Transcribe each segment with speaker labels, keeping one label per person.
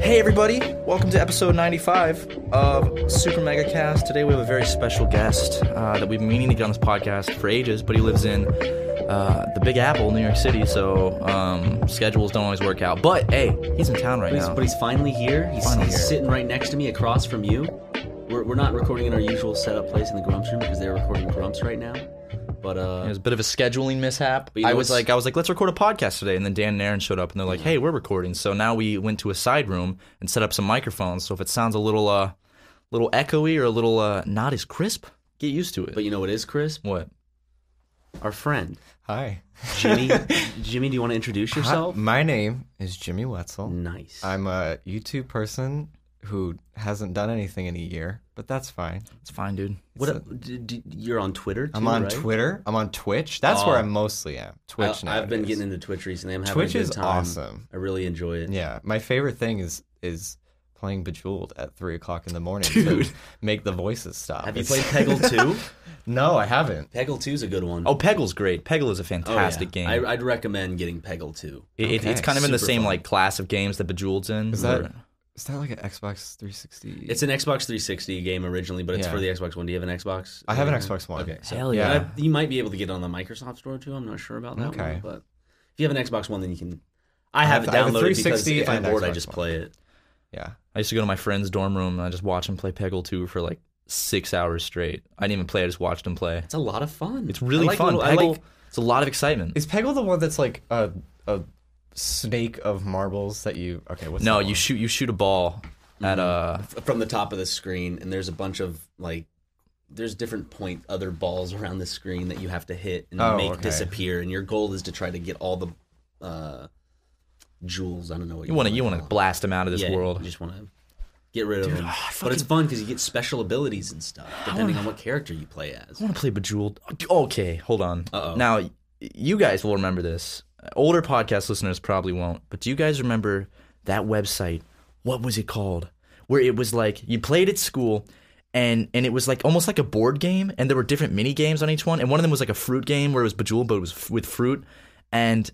Speaker 1: Hey everybody, welcome to episode 95 of Super Mega Cast. Today we have a very special guest uh, that we've been meaning to get on this podcast for ages, but he lives in uh, the Big Apple, New York City, so um, schedules don't always work out. But hey, he's in town right
Speaker 2: But he's,
Speaker 1: now.
Speaker 2: but he's finally here. He's,
Speaker 1: Finally
Speaker 2: he's
Speaker 1: here.
Speaker 2: sitting right next to me, across from you. We're, we're not recording in our usual setup place in the Grumps room because they're recording Grumps right now. But
Speaker 1: it
Speaker 2: uh,
Speaker 1: was a bit of a scheduling mishap.
Speaker 2: you know
Speaker 1: I was
Speaker 2: what's-
Speaker 1: like, I was like, let's record a podcast today, and then Dan and Aaron showed up, and they're like, hey, we're recording. So now we went to a side room and set up some microphones. So if it sounds a little, uh, little echoey or a little uh, not as crisp, get used to it.
Speaker 2: but you know what is Chris?
Speaker 1: what?
Speaker 2: Our friend
Speaker 3: Hi.
Speaker 2: Jimmy. Jimmy, do you want to introduce yourself?
Speaker 3: My name is Jimmy Wetzel.
Speaker 2: Nice.
Speaker 3: I'm a YouTube person who hasn't done anything in a year, but that's fine.
Speaker 1: It's fine, dude.
Speaker 2: what? a- d- d- you're on Twitter. Too,
Speaker 3: I'm on
Speaker 2: right?
Speaker 3: Twitter. I'm on Twitch. That's where I mostly am.
Speaker 2: I,
Speaker 3: Twitch now.
Speaker 2: Oh. Uh, I've been getting into Twitch recently. I'm having
Speaker 3: Twitch
Speaker 2: a good
Speaker 3: is
Speaker 2: time.
Speaker 3: awesome.
Speaker 2: I really enjoy it.
Speaker 3: Yeah. My favorite thing is is playing Bejeweled at three o'clock in the morning
Speaker 1: Dude.
Speaker 3: to make the voices stop.
Speaker 2: Have you
Speaker 3: It's-
Speaker 2: played Peggle Two?
Speaker 3: No, I haven't.
Speaker 2: Peggle Two is a good one.
Speaker 1: Oh, Peggle's great. Peggle is a
Speaker 2: Oh, yeah.
Speaker 1: fantastic game.
Speaker 2: I, I'd recommend getting Peggle Two.
Speaker 1: It- it-
Speaker 3: Okay,
Speaker 1: it's kind of in the
Speaker 2: super
Speaker 1: same
Speaker 2: fun.
Speaker 1: like class of games that Bejeweled's in.
Speaker 3: Is that
Speaker 1: where-
Speaker 3: is that like an Xbox 360?
Speaker 2: It's an Xbox 360 game originally, but it's
Speaker 3: Yeah.
Speaker 2: for the Xbox One. Do you have an Xbox?
Speaker 3: I have an Xbox One.
Speaker 2: Okay, so
Speaker 1: Hell
Speaker 2: And
Speaker 3: yeah.
Speaker 2: I- you might be able to get it on the Microsoft Store too. I'm not sure about that.
Speaker 3: Okay.
Speaker 2: One, but if you have an Xbox One, then you can. I have it
Speaker 3: I have a
Speaker 2: downloaded because
Speaker 3: 360
Speaker 2: if I'm
Speaker 3: and
Speaker 2: bored, I
Speaker 3: Xbox
Speaker 2: just
Speaker 3: One.
Speaker 2: play it.
Speaker 3: yeah.
Speaker 1: I used to go to my friend's dorm room and I just watch him play Peggle 2 for like six hours straight. I didn't even play. I just watched him play.
Speaker 2: It's a lot of fun.
Speaker 1: It's really
Speaker 2: I like
Speaker 1: fun.
Speaker 2: little- I
Speaker 1: Peggle.
Speaker 2: like-
Speaker 1: it's a lot of excitement.
Speaker 3: Is Peggle the one that's like a a snake of marbles that you okay, what's
Speaker 1: No,
Speaker 3: that
Speaker 1: you
Speaker 3: one?
Speaker 1: shoot. You shoot a ball at uh
Speaker 2: f- from the top of the screen, and there's a bunch of like. There's different point other balls around the screen that you have to hit and
Speaker 3: Oh,
Speaker 2: make
Speaker 3: okay.
Speaker 2: disappear, and your goal is to try to get all the uh, jewels. I don't know what
Speaker 1: You want to.
Speaker 2: wanna
Speaker 1: You want
Speaker 2: call
Speaker 1: to blast him out of this
Speaker 2: Yeah,
Speaker 1: world.
Speaker 2: You just want to get rid of them. but it's fun because you get special abilities and stuff depending on what character you play as.
Speaker 1: I want to play Bejeweled. Okay, hold on.
Speaker 2: Uh-oh.
Speaker 1: Now, y- you guys will remember this. Older podcast listeners probably won't, but do you guys remember that website? What was it called? Where it was like you played at school, and and it was like almost like a board game, and there were different mini games on each one, and one of them was like a fruit game where it was Bejeweled, but it was f- with fruit. And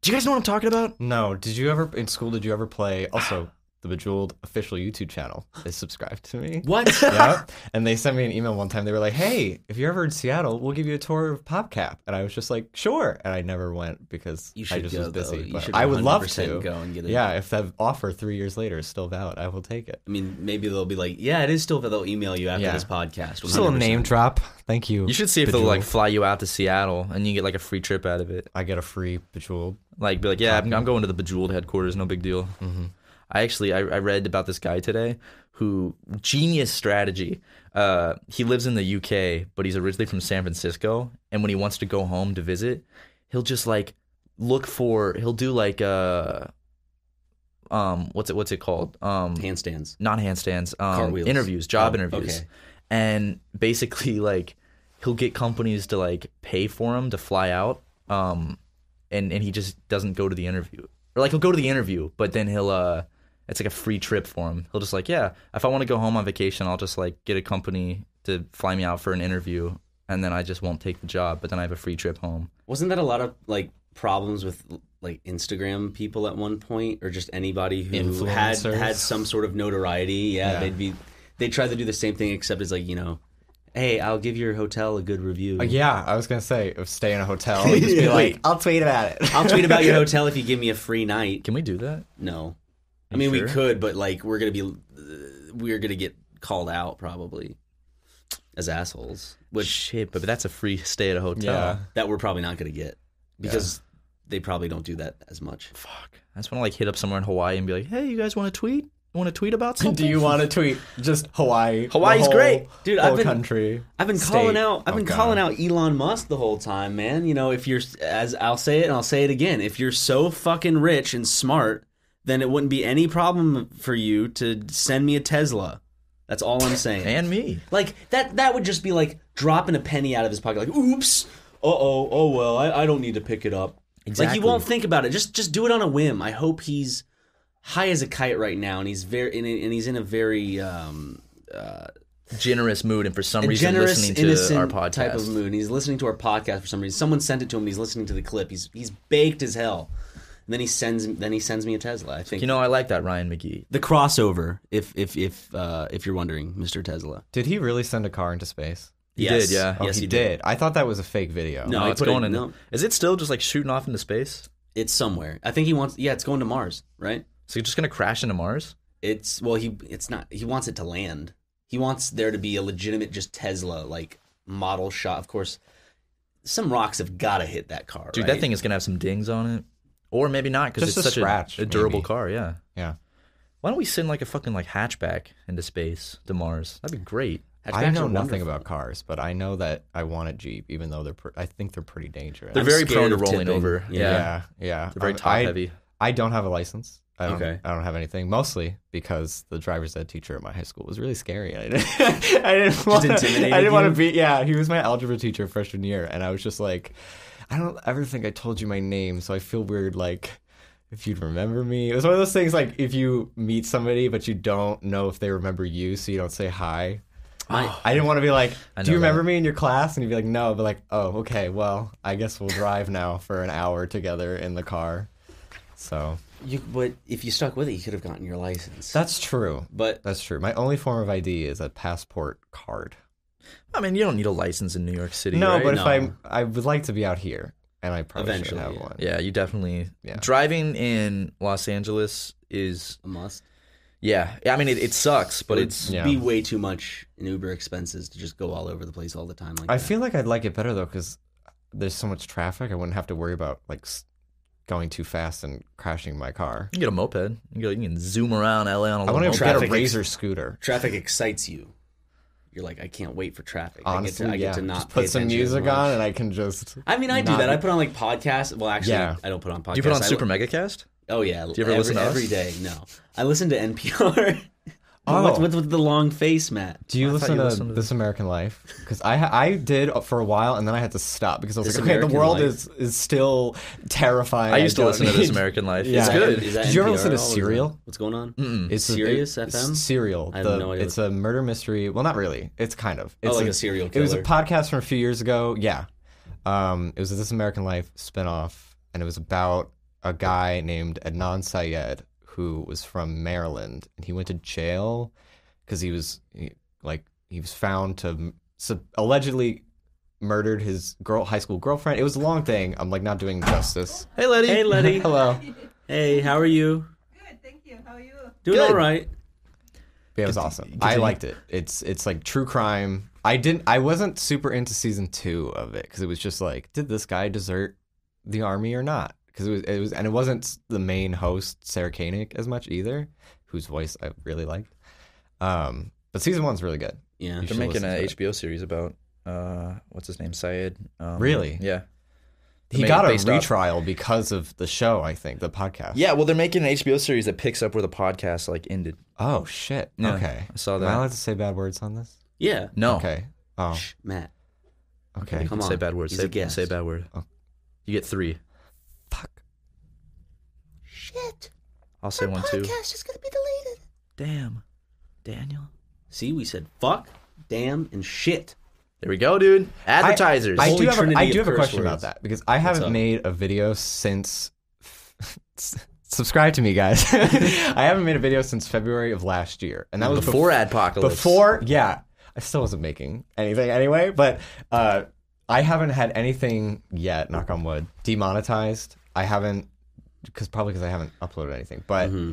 Speaker 1: do you guys know what I'm talking about?
Speaker 3: No. Did you ever in school? Did you ever play also the Bejeweled official YouTube channel? They subscribed to me.
Speaker 2: What?
Speaker 3: yep. And they sent me an email one time. They were like, "Hey, if you're ever in Seattle, we'll give you a tour of PopCap." And I was just like, "Sure." And I never went because
Speaker 2: You
Speaker 3: I
Speaker 2: should
Speaker 3: just
Speaker 2: go,
Speaker 3: was busy.
Speaker 2: though. You
Speaker 3: but
Speaker 2: should
Speaker 3: I would love
Speaker 2: 100%
Speaker 3: to
Speaker 2: go and get it.
Speaker 3: Yeah, if that offer three years later is still valid, I will take it.
Speaker 2: I mean, maybe they'll be like, "Yeah, it is still." They'll email you after
Speaker 3: Yeah.
Speaker 2: this podcast.
Speaker 3: Just a little
Speaker 2: 100%.
Speaker 3: name drop. Thank you.
Speaker 1: You should see if they'll like fly you out to Seattle, and you get like a free trip out of it.
Speaker 3: I get a free Bejeweled.
Speaker 1: like be like yeah I'm, I'm going to the bejeweled headquarters no big deal i actually I, I read about this guy today who genius strategy uh, he lives in the uk but he's originally from san francisco and when he wants to go home to visit he'll just like look for he'll do like uh um what's it what's it called um
Speaker 2: handstands.
Speaker 1: not handstands, um,
Speaker 2: Cartwheels.
Speaker 1: interviews, job
Speaker 2: Oh,
Speaker 1: interviews,
Speaker 2: okay.
Speaker 1: and basically like he'll get companies to like pay for him to fly out, um, and and he just doesn't go to the interview, or like he'll go to the interview, but then he'll uh, it's like a free trip for him. He'll just like yeah, if I want to go home on vacation, I'll just like get a company to fly me out for an interview, and then I just won't take the job, but then I have a free trip home.
Speaker 2: Wasn't that a lot of like problems with like Instagram people at one point, or just anybody who had
Speaker 3: Influencers.
Speaker 2: had some sort of notoriety? Yeah,
Speaker 3: Yeah.
Speaker 2: they'd be they try to do the same thing, except it's like you know, "Hey, I'll give your hotel a good review."
Speaker 3: Uh, yeah, I was gonna say, if stay in a hotel, and just be like, "Oh, "I'll tweet about it."
Speaker 2: I'll tweet about your hotel if you give me a free night.
Speaker 1: Can we do that?
Speaker 2: No, I mean
Speaker 1: sure?
Speaker 2: we could, but like we're gonna be uh, we're gonna get called out probably as assholes,
Speaker 1: But
Speaker 2: which
Speaker 1: shit, but that's a free stay at a hotel.
Speaker 3: Yeah.
Speaker 2: that we're probably not gonna get because they probably don't do that as much.
Speaker 1: Fuck. I just want to like hit up somewhere in Hawaii and be like, hey, you guys want to tweet? Want to tweet about something?
Speaker 3: Do you want to tweet just Hawaii? the
Speaker 1: Hawaii's
Speaker 3: whole-
Speaker 1: great.
Speaker 2: Dude, I've
Speaker 3: whole
Speaker 2: been-
Speaker 3: country.
Speaker 2: I've been
Speaker 3: state.
Speaker 2: calling out. I've
Speaker 3: Oh,
Speaker 2: been
Speaker 3: God.
Speaker 2: calling out Elon Musk the whole time, man. You know, if you're as I'll say it and I'll say it again, if you're so fucking rich and smart then it wouldn't be any problem for you to send me a Tesla. That's all I'm saying.
Speaker 1: and me.
Speaker 2: Like that that would just be like dropping a penny out of his pocket. Like, oops. Uh oh. Oh well. I, I don't need to pick it up. Like
Speaker 1: Exactly.
Speaker 2: you won't think about it. Just just do it on a whim. I hope he's high as a kite right now, and he's very and, and he's in a very um,
Speaker 1: Generous mood, and for some
Speaker 2: a
Speaker 1: reason,
Speaker 2: generous,
Speaker 1: listening to
Speaker 2: innocent
Speaker 1: our podcast.
Speaker 2: type of mood. And he's listening to our podcast for some reason. Someone sent it to him. and He's listening to the clip. He's he's baked as hell. And then he sends then he sends me a Tesla. I think
Speaker 1: You know, I like that Ryan McGee.
Speaker 2: the crossover. If if if uh, if you're wondering, Mr. Tesla.
Speaker 3: Did he really send a car into space?
Speaker 1: He
Speaker 2: Yes.
Speaker 1: did, yeah.
Speaker 3: Oh,
Speaker 2: Yes,
Speaker 3: he,
Speaker 2: he
Speaker 3: did. I thought that was a fake video.
Speaker 1: Oh,
Speaker 2: No, it's
Speaker 1: it's going
Speaker 2: put it-
Speaker 1: in.
Speaker 2: no.
Speaker 1: Is it still just like shooting off into space?
Speaker 2: It's somewhere. I think he wants. Yeah, it's going to Mars, right?
Speaker 1: So you're just gonna crash into Mars?
Speaker 2: It's well, he it's not. He wants it to land. He wants there to be a legitimate just Tesla like model shot. Of course, some rocks have got to hit that car,
Speaker 1: Dude,
Speaker 2: right?
Speaker 1: that thing is gonna have some dings on it, or maybe not because
Speaker 3: Just
Speaker 1: it's
Speaker 3: a
Speaker 1: such
Speaker 3: scratch,
Speaker 1: a, durable
Speaker 3: maybe.
Speaker 1: car. Yeah.
Speaker 3: Yeah.
Speaker 1: Why don't we send like a fucking like hatchback into space to Mars? That'd be great.
Speaker 3: I
Speaker 2: Hatchbacks
Speaker 3: know
Speaker 2: are
Speaker 3: nothing
Speaker 2: wonderful.
Speaker 3: about cars, but I know that I want a Jeep, even though they're pr I think they're pretty dangerous.
Speaker 1: They're
Speaker 2: I'm
Speaker 1: very
Speaker 2: scared
Speaker 1: prone to
Speaker 2: of
Speaker 1: rolling
Speaker 2: tipping.
Speaker 1: over.
Speaker 2: Yeah.
Speaker 1: Yeah.
Speaker 3: yeah, yeah.
Speaker 1: They're very
Speaker 3: I'm-
Speaker 1: top
Speaker 3: I-
Speaker 1: heavy.
Speaker 3: I don't have a license. I don't,
Speaker 2: Okay.
Speaker 3: I don't have anything. Mostly because the driver's ed teacher at my high school was really scary. I didn't. I didn't want.
Speaker 2: intimidated
Speaker 3: I didn't want
Speaker 2: you?
Speaker 3: to be. Yeah, he was my algebra teacher freshman year, and I was just like, I don't ever think I told you my name, so I feel weird. Like. If you'd remember me, it was one of those things like if you meet somebody but you don't know if they remember you, so you don't say hi.
Speaker 2: My-
Speaker 3: I didn't want to be like, do
Speaker 1: know
Speaker 3: you remember me in your class? And you'd be like, no. But like, oh, okay. Well, I guess we'll drive now for an hour together in the car. So
Speaker 2: you, but if you stuck with it, you could have gotten your license.
Speaker 3: that's true.
Speaker 2: but
Speaker 3: That's true. My only form of ID is a passport card.
Speaker 1: I mean, you don't need a license in New York City.
Speaker 3: No,
Speaker 1: right?
Speaker 3: but
Speaker 2: No.
Speaker 3: if I I would like to be out here, and I probably
Speaker 2: Eventually,
Speaker 3: should have
Speaker 2: yeah.
Speaker 3: one.
Speaker 1: yeah, you definitely.
Speaker 3: Yeah.
Speaker 1: Driving in Los Angeles is
Speaker 2: a must.
Speaker 1: yeah. I mean, it, it sucks, but it's
Speaker 3: Yeah.
Speaker 2: be way too much in Uber expenses to just go all over the place all the time. Like
Speaker 3: I
Speaker 2: that.
Speaker 3: feel like I'd like it better though because there's so much traffic. I wouldn't have to worry about like s- going too fast and crashing my car.
Speaker 1: you can get a moped. You can, go, you can zoom around LA on a
Speaker 3: I
Speaker 1: little
Speaker 3: want to
Speaker 1: moped.
Speaker 3: get a
Speaker 2: traffic-
Speaker 3: razor scooter.
Speaker 2: traffic excites you. You're like, I can't wait for traffic.
Speaker 3: Honestly,
Speaker 2: I get to, I
Speaker 3: yeah.
Speaker 2: get to not
Speaker 3: just
Speaker 2: pay
Speaker 3: put some
Speaker 2: attention as
Speaker 3: music
Speaker 2: much.
Speaker 3: on, and I can just.
Speaker 2: I mean, I do
Speaker 3: not
Speaker 2: that.
Speaker 3: be-
Speaker 2: I put on like podcasts. Well, actually,
Speaker 3: Yeah.
Speaker 2: I don't put on podcasts.
Speaker 1: Do you put on
Speaker 2: I-
Speaker 1: Super Megacast?
Speaker 2: Oh yeah.
Speaker 1: you ever
Speaker 2: every,
Speaker 1: listen to us?
Speaker 2: every day? No, I listen to NPR.
Speaker 3: Oh.
Speaker 2: What's with, with the long face, Matt?
Speaker 3: Do you listen
Speaker 1: you
Speaker 3: to
Speaker 1: listened to
Speaker 3: This American Life? Because I ha- I did for a while, and then I had to stop because I was
Speaker 2: This
Speaker 3: like, okay,
Speaker 2: American
Speaker 3: the world
Speaker 2: Life.
Speaker 3: is is still terrifying.
Speaker 1: I used to
Speaker 3: don't
Speaker 1: listen to This
Speaker 3: need-
Speaker 1: American Life.
Speaker 3: Yeah.
Speaker 1: It's
Speaker 3: Is
Speaker 1: good.
Speaker 2: Is that
Speaker 3: Did you ever
Speaker 2: NPR
Speaker 3: listen to
Speaker 2: at all? Oh, Is
Speaker 3: Serial? Mm.
Speaker 2: that- What's going on? Oh,
Speaker 3: It's a-
Speaker 2: Sirius
Speaker 3: it's
Speaker 2: FM?
Speaker 3: Serial.
Speaker 2: I have
Speaker 3: The-
Speaker 2: no idea Oh,
Speaker 3: It's a murder mystery. Well, not really. It's kind of. It's
Speaker 2: like a serial
Speaker 3: It was a
Speaker 2: killer.
Speaker 3: podcast from a few years ago. Yeah, um, it was a This American Life spinoff, and it was about a guy named Adnan Syed who was from Maryland, and he went to jail because he was he, like he was found to m- sub- allegedly murdered his girl high school girlfriend. It was a long thing. I'm like not doing justice.
Speaker 1: Hey, Letty.
Speaker 2: Hey, Letty.
Speaker 3: Hello.
Speaker 2: hey, how are you?
Speaker 4: Good, thank you. How are you?
Speaker 2: Doing
Speaker 1: Good.
Speaker 2: all right.
Speaker 3: Yeah, it was awesome. I liked it. It's it's like true crime. I didn't. I wasn't super into season two of it because it was just like, did this guy desert the army or not? Because it was it was and it wasn't the main host Sarah Koenig as much either, whose voice I really liked. Um, but season one's really good.
Speaker 2: Yeah.
Speaker 3: You
Speaker 1: They're
Speaker 3: should
Speaker 1: making
Speaker 3: listen
Speaker 1: a
Speaker 3: to it.
Speaker 1: HBO series about uh, what's his name, Syed. Um,
Speaker 3: Really?
Speaker 1: Yeah.
Speaker 3: He
Speaker 1: made
Speaker 3: got
Speaker 1: it
Speaker 3: a
Speaker 1: based off-
Speaker 3: retrial because of the show. I think the podcast.
Speaker 1: Yeah. Well, they're making an HBO series that picks up where the podcast like ended.
Speaker 3: Oh shit.
Speaker 1: Yeah,
Speaker 3: okay.
Speaker 1: I saw
Speaker 3: Am
Speaker 1: that.
Speaker 3: I allowed to say bad words on this?
Speaker 2: Yeah.
Speaker 1: No.
Speaker 3: Okay. Oh.
Speaker 2: Shh, Matt.
Speaker 3: Okay.
Speaker 2: Come on.
Speaker 1: Say bad words.
Speaker 2: He's
Speaker 1: Say,
Speaker 2: a guest.
Speaker 1: say bad word.
Speaker 3: Oh.
Speaker 1: You get three.
Speaker 3: Fuck.
Speaker 2: Shit.
Speaker 1: I'll say one too.
Speaker 2: is gonna be deleted.
Speaker 1: Damn. Daniel.
Speaker 2: See, we said fuck, damn, and shit.
Speaker 1: There we go, dude. Advertisers.
Speaker 3: I, I
Speaker 2: Holy
Speaker 3: do have a,
Speaker 2: trinity
Speaker 3: I
Speaker 2: of
Speaker 3: do have a
Speaker 2: curse
Speaker 3: question
Speaker 2: words.
Speaker 3: about that because I
Speaker 2: up?
Speaker 3: haven't made a video since. subscribe to me, guys. I haven't made a video since February of last year, and that was
Speaker 1: before
Speaker 3: bef-
Speaker 1: Adpocalypse.
Speaker 3: Before, yeah, I still wasn't making anything anyway, but uh, I haven't had anything yet. Knock on wood. Demonetized. I haven't because probably because I haven't uploaded anything. But
Speaker 2: Mm-hmm.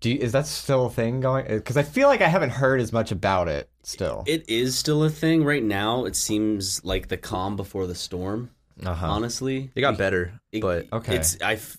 Speaker 3: do you, is that still a thing going? Because I feel like I haven't heard as much about it still.
Speaker 2: It is still a thing right now. It seems like the calm before the storm.
Speaker 3: Uh-huh.
Speaker 2: Honestly,
Speaker 1: It got better,
Speaker 2: It-
Speaker 1: but
Speaker 3: Okay.
Speaker 2: it's I. f-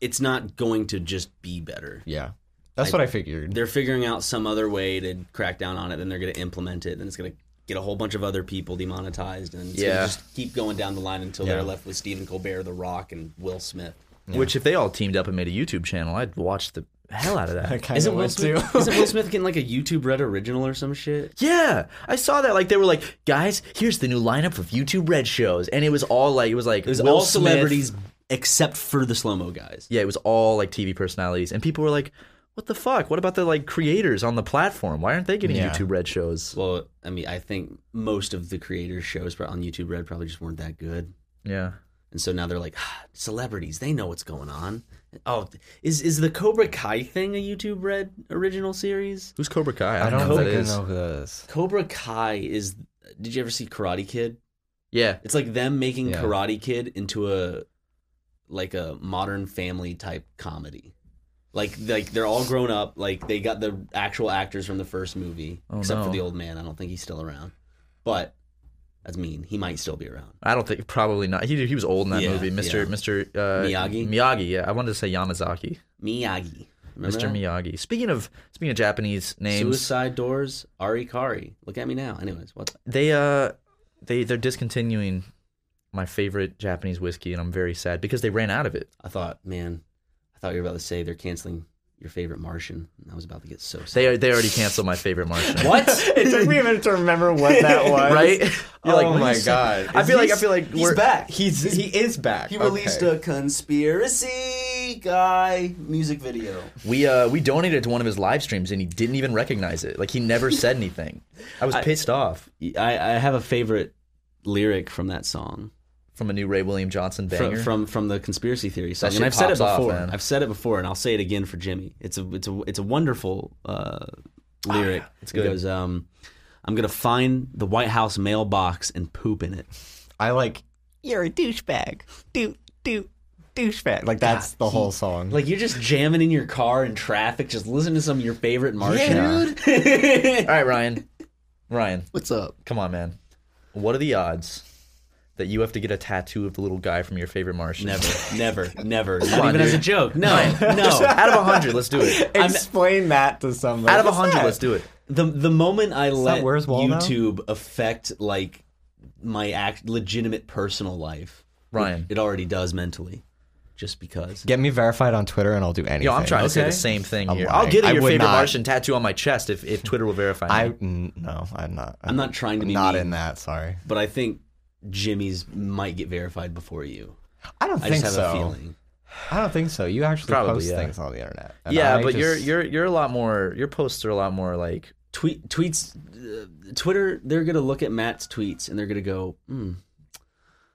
Speaker 2: It's not going to just be better.
Speaker 3: yeah, that's what I figured.
Speaker 2: They're figuring out some other way to crack down on it. Then they're going to implement it. Then it's going to get a whole bunch of other people demonetized, and it's
Speaker 1: Yeah.
Speaker 2: going to just keep going down the line until they're
Speaker 3: Yeah.
Speaker 2: left with Stephen Colbert, The Rock, and Will Smith.
Speaker 1: Which, if they all teamed up and made a YouTube channel, I'd watch the hell out of that.
Speaker 3: I kind
Speaker 2: Isn't
Speaker 3: of
Speaker 2: Will
Speaker 3: would too.
Speaker 2: Smith? isn't Will Smith getting like a YouTube Red original or some shit?
Speaker 1: Yeah, I saw that. Like they were like, guys, here's the new lineup of YouTube Red shows, and it was all like it was like
Speaker 2: It was
Speaker 1: Will
Speaker 2: all
Speaker 1: Smith-
Speaker 2: celebrities except for the slow mo guys.
Speaker 1: Yeah, it was all like TV personalities, and people were like, "What the fuck? What about the like creators on the platform? Why aren't they getting
Speaker 3: Yeah.
Speaker 1: YouTube Red shows?"
Speaker 2: Well, I mean, I think most of the creators' shows pro- on YouTube Red probably just weren't that good,
Speaker 1: Yeah,
Speaker 2: and so now they're like, "Ah, celebrities. They know what's going on. Oh, is is the Cobra Kai thing a YouTube Red original series?
Speaker 1: who's Cobra Kai?
Speaker 3: I don't
Speaker 1: who that
Speaker 3: think I
Speaker 1: is.
Speaker 3: know who that is.
Speaker 2: Cobra Kai is. Did you ever see Karate Kid?
Speaker 1: Yeah,
Speaker 2: It's like them making
Speaker 3: Yeah.
Speaker 2: Karate Kid into a like a modern family type comedy. Like like they're all grown up, like they got the actual actors from the first movie.
Speaker 1: Oh,
Speaker 2: except for
Speaker 1: no.
Speaker 2: the old man. I don't think he's still around. But that's mean. He might still be around.
Speaker 1: I don't think probably not. He he was old in that
Speaker 2: Yeah,
Speaker 1: movie, Mister
Speaker 2: yeah.
Speaker 1: Mister uh,
Speaker 2: Miyagi?
Speaker 1: Miyagi, yeah, I wanted to say Yamazaki,
Speaker 2: Miyagi. Remember
Speaker 1: Mister
Speaker 2: that?
Speaker 1: Miyagi. Speaking of speaking of Japanese names,
Speaker 2: Suicide Doors, Ari Kari. Look at me now. Anyways, what's
Speaker 1: they uh they they're discontinuing my favorite Japanese whiskey, and I'm very sad because they ran out of it.
Speaker 2: I thought, man, I thought you were about to say they're canceling your favorite Martian. And I was about to get so sad.
Speaker 1: They they already canceled my favorite Martian.
Speaker 2: what?
Speaker 3: it took me a minute to remember what that was.
Speaker 1: Right? You're
Speaker 3: oh
Speaker 1: like, what
Speaker 3: my
Speaker 1: is-
Speaker 3: god.
Speaker 1: I
Speaker 3: Is
Speaker 1: feel like I
Speaker 3: he's-
Speaker 1: feel like
Speaker 3: he's
Speaker 1: we're-
Speaker 3: back. He's he is back. okay.
Speaker 2: a conspiracy guy music video.
Speaker 1: we uh we donated to one of his live streams and he didn't even recognize it. Like he never said anything. I was pissed off
Speaker 2: I, I have a favorite lyric from that song
Speaker 1: from a new Ray William Johnson
Speaker 2: from,
Speaker 1: banger.
Speaker 2: from from the conspiracy theory song,
Speaker 1: That
Speaker 2: and
Speaker 1: shit
Speaker 2: I've said it
Speaker 1: pops off,
Speaker 2: before.
Speaker 1: man.
Speaker 2: I've said it before, and I'll say it again for Jimmy. It's a it's a it's a wonderful uh, lyric. Ah, it's
Speaker 1: good.
Speaker 2: It goes, um, I'm gonna find the White House mailbox and poop in it.
Speaker 3: I like you're a douchebag. Do do douchebag. Like
Speaker 1: Ah,
Speaker 3: that's the whole song.
Speaker 2: Like you're just jamming in your car in traffic, just listening to some of your favorite Martian.
Speaker 1: All right, Ryan. Ryan,
Speaker 2: What's up?
Speaker 1: come on, man. What are the odds that you have to get a tattoo of the little guy from your favorite Martian?
Speaker 2: Never, never, never. Not
Speaker 1: Come on,
Speaker 2: even as a
Speaker 1: dude.
Speaker 2: joke. No, no.
Speaker 1: Out of 100, let's do it.
Speaker 3: Explain that to somebody.
Speaker 1: Out of
Speaker 3: What's
Speaker 1: 100,
Speaker 3: that?
Speaker 1: let's do it.
Speaker 2: the the moment I let
Speaker 3: that Where's Waldo?
Speaker 2: YouTube affect like my act legitimate personal life,
Speaker 1: Ryan.
Speaker 2: it already does mentally, just because.
Speaker 3: Get me verified on Twitter and I'll do anything.
Speaker 1: Yo, I'm trying to say
Speaker 2: Okay.
Speaker 1: the same thing here.
Speaker 3: lying.
Speaker 1: I'll get
Speaker 3: I
Speaker 1: a your
Speaker 3: would
Speaker 1: favorite
Speaker 3: not.
Speaker 1: Martian tattoo on my chest if, if Twitter will verify me.
Speaker 3: I n- no, I'm not.
Speaker 2: I'm not trying to be
Speaker 3: not
Speaker 2: mean.
Speaker 3: in that. Sorry.
Speaker 2: But I think Jimmy's might get verified before you.
Speaker 3: I don't
Speaker 2: I just
Speaker 3: think
Speaker 2: have
Speaker 3: so.
Speaker 2: a feeling.
Speaker 3: I don't think so. You actually
Speaker 1: Probably,
Speaker 3: post
Speaker 1: yeah.
Speaker 3: things on the internet. and
Speaker 1: yeah,
Speaker 3: I
Speaker 1: but you're
Speaker 3: just-
Speaker 1: you're you're a lot more. Your posts are a lot more like
Speaker 2: Tweet tweets, uh, Twitter. They're gonna look at Matt's tweets and they're gonna go, hmm,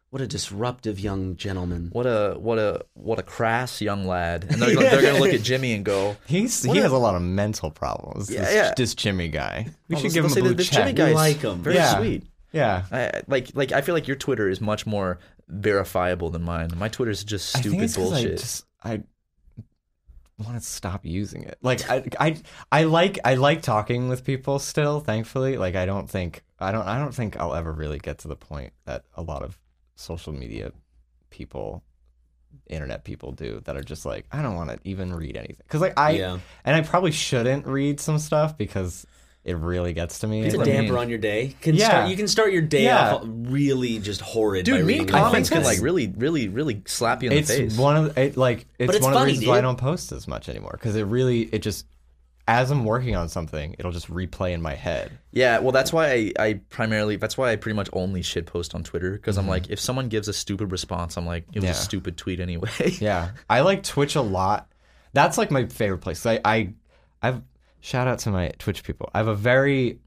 Speaker 2: what a disruptive young gentleman.
Speaker 1: what a what a what a crass young lad, and they're, gonna- they're gonna look at Jimmy and go, "Oh,
Speaker 3: He's he has a lot of mental problems.
Speaker 1: Yeah,
Speaker 3: this,
Speaker 1: yeah.
Speaker 3: this Jimmy guy. We
Speaker 1: Oh,
Speaker 3: should
Speaker 1: let's-
Speaker 3: give him
Speaker 1: let's
Speaker 3: a
Speaker 1: say
Speaker 3: blue
Speaker 1: that this
Speaker 3: check.
Speaker 1: Jimmy guy
Speaker 2: We
Speaker 1: is
Speaker 2: like him.
Speaker 1: Very
Speaker 3: Yeah.
Speaker 1: sweet.
Speaker 3: Yeah.
Speaker 1: I, I- like like I feel like your Twitter is much more verifiable than mine. My Twitter's just
Speaker 3: I think
Speaker 1: stupid
Speaker 3: it's 'cause
Speaker 1: bullshit.
Speaker 3: I just I want to stop using it. Like I, I I like I like talking with people still. Thankfully, like I don't think I don't I don't think I'll ever really get to the point that a lot of social media people, internet people do that are just like I don't want to even read anything because like I
Speaker 2: Yeah.
Speaker 3: and I probably shouldn't read some stuff because it really gets to me.
Speaker 2: It's a
Speaker 3: Like,
Speaker 2: damper on your day. Can
Speaker 3: Yeah.
Speaker 2: start, you can start your day
Speaker 3: Yeah.
Speaker 2: off really just horrid. by
Speaker 1: Dude, mean
Speaker 2: reading about
Speaker 1: comments
Speaker 2: things.
Speaker 1: can like really, really, really slap you in
Speaker 3: it's
Speaker 1: the face.
Speaker 3: one of it, like it's,
Speaker 2: it's
Speaker 3: one of the
Speaker 2: funny,
Speaker 3: reasons why I
Speaker 2: dude.
Speaker 3: don't post as much anymore because it really it just as I'm working on something it'll just replay in my head.
Speaker 1: Yeah, well, that's why I, I primarily that's why I pretty much only shit post on Twitter because I'm like, if someone gives a stupid response, I'm like, it was
Speaker 3: Mm-hmm. Yeah.
Speaker 1: a stupid tweet anyway.
Speaker 3: Yeah, I like Twitch a lot. That's like my favorite place. I I I've shout out to my Twitch people. I have a very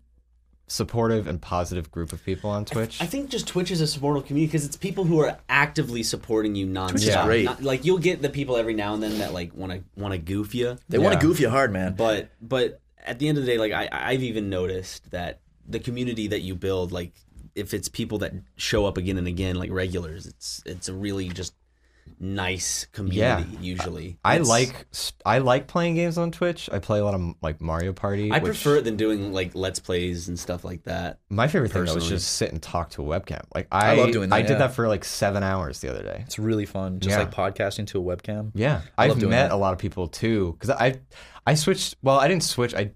Speaker 3: supportive and positive group of people on Twitch.
Speaker 2: I think just Twitch is a supportive community because it's people who are actively supporting you nonstop.
Speaker 1: is Yeah. great.
Speaker 2: Not- like you'll get the people every now and then that like want to want to goof you,
Speaker 1: They want
Speaker 3: Yeah.
Speaker 1: to goof you hard, man.
Speaker 2: but but at the end of the day, like I I've even noticed that the community that you build, like if it's people that show up again and again, like regulars, it's it's a really just nice community
Speaker 3: Yeah.
Speaker 2: usually.
Speaker 3: I
Speaker 2: It's-
Speaker 3: like I like playing games on Twitch. I play a lot of like Mario Party.
Speaker 2: I
Speaker 3: which-
Speaker 2: prefer it than doing like let's plays and stuff like that.
Speaker 3: my favorite thing though is
Speaker 1: personally.
Speaker 3: just sit and talk to a webcam. Like I,
Speaker 1: love doing that,
Speaker 3: I
Speaker 1: yeah.
Speaker 3: did that for like seven hours the other day.
Speaker 1: It's really fun, just
Speaker 3: Yeah.
Speaker 1: like podcasting to a webcam.
Speaker 3: Yeah,
Speaker 1: I
Speaker 3: I've
Speaker 1: love doing
Speaker 3: met
Speaker 1: that.
Speaker 3: a lot of people too because I, I switched. Well, I didn't switch. I,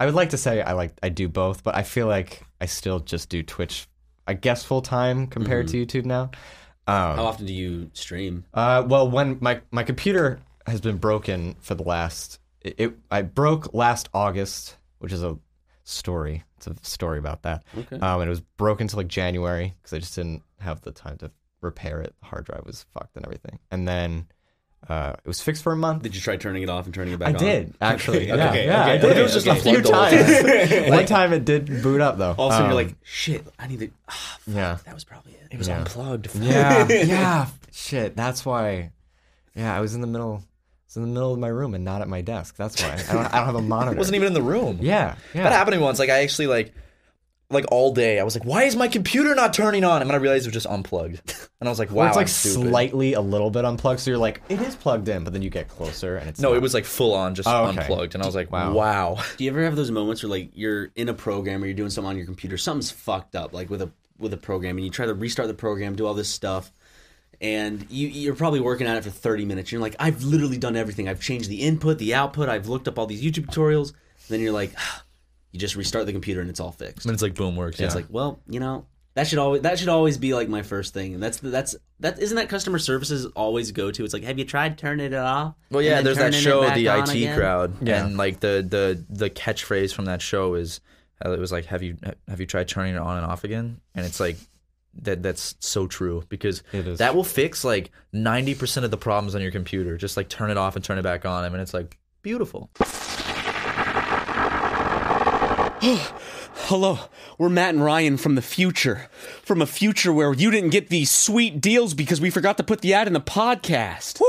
Speaker 3: I would like to say I like I do both,
Speaker 1: Mm-hmm.
Speaker 3: but I feel like I still just do Twitch. I guess full time compared to YouTube now,
Speaker 2: How often do you stream?
Speaker 3: Uh, well, when my my computer has been broken for the last it, it I broke last August, which is a story. It's a story about that. Okay. Um, and it was broken until like January because I just didn't have the time to repair it. The hard drive was fucked and everything. And then uh, it was fixed for a month.
Speaker 2: Did you try turning it off and turning it back
Speaker 3: I
Speaker 2: on?
Speaker 3: did actually.
Speaker 2: Okay,
Speaker 3: yeah,
Speaker 2: okay,
Speaker 3: yeah,
Speaker 2: okay.
Speaker 3: I did.
Speaker 2: It was just a
Speaker 3: a few
Speaker 2: flood goal.
Speaker 3: times. One time it did boot up though.
Speaker 2: Also,
Speaker 3: Um,
Speaker 2: you're like, shit, I need to. ah, fuck,
Speaker 3: yeah.
Speaker 2: That was probably it.
Speaker 1: It was unplugged.
Speaker 3: Yeah, yeah. Shit, that's why. Yeah, I was in the middle. I was in the middle of my room and not at my desk. That's why I don't. I don't have a monitor.
Speaker 1: Wasn't even in the room.
Speaker 3: Yeah,
Speaker 1: That
Speaker 3: yeah.
Speaker 1: happened to me once. Like I actually like like all day I was like, why is my computer not turning on? And then I realized it was just unplugged. And I was like, wow.
Speaker 3: Well, it's like
Speaker 1: I'm stupid.
Speaker 3: slightly a little bit unplugged, so you're like, it is plugged in, but then you get closer and it's
Speaker 1: No,
Speaker 3: not.
Speaker 1: it was like full on just
Speaker 3: Oh, okay.
Speaker 1: unplugged. And I was like,
Speaker 3: Wow.
Speaker 1: wow.
Speaker 2: Do you ever have those moments where like you're in a program or you're doing something on your computer, something's fucked up, like with a with a program, and you try to restart the program, do all this stuff, and you you're probably working on it for 30 minutes. You're like, I've literally done everything. I've changed the input, the output. I've looked up all these YouTube tutorials. then you're like, "Ah," you just restart the computer and it's all fixed.
Speaker 1: And it's like boom works. Yeah.
Speaker 2: It's like, well, you know, that should always that should always be like my first thing, and that's that's that isn't that customer services always go to. It's like, have you tried turning it off?
Speaker 1: Well,
Speaker 2: And
Speaker 1: yeah,
Speaker 2: then
Speaker 1: there's that
Speaker 2: turning it
Speaker 1: show,
Speaker 2: back
Speaker 1: the
Speaker 2: on
Speaker 1: IT
Speaker 2: again?
Speaker 1: crowd,
Speaker 3: Yeah.
Speaker 1: and like the the the catchphrase from that show is uh, it was like, "Have you have you tried turning it on and off again?" And it's like that that's so true because
Speaker 3: It is
Speaker 1: that will fix like 90% of the problems on your computer. Just like turn it off and turn it back on. I mean, it's like beautiful.
Speaker 4: Hello, we're Matt and Ryan from the future. From a future where you didn't get these sweet deals because we forgot to put the ad in the podcast.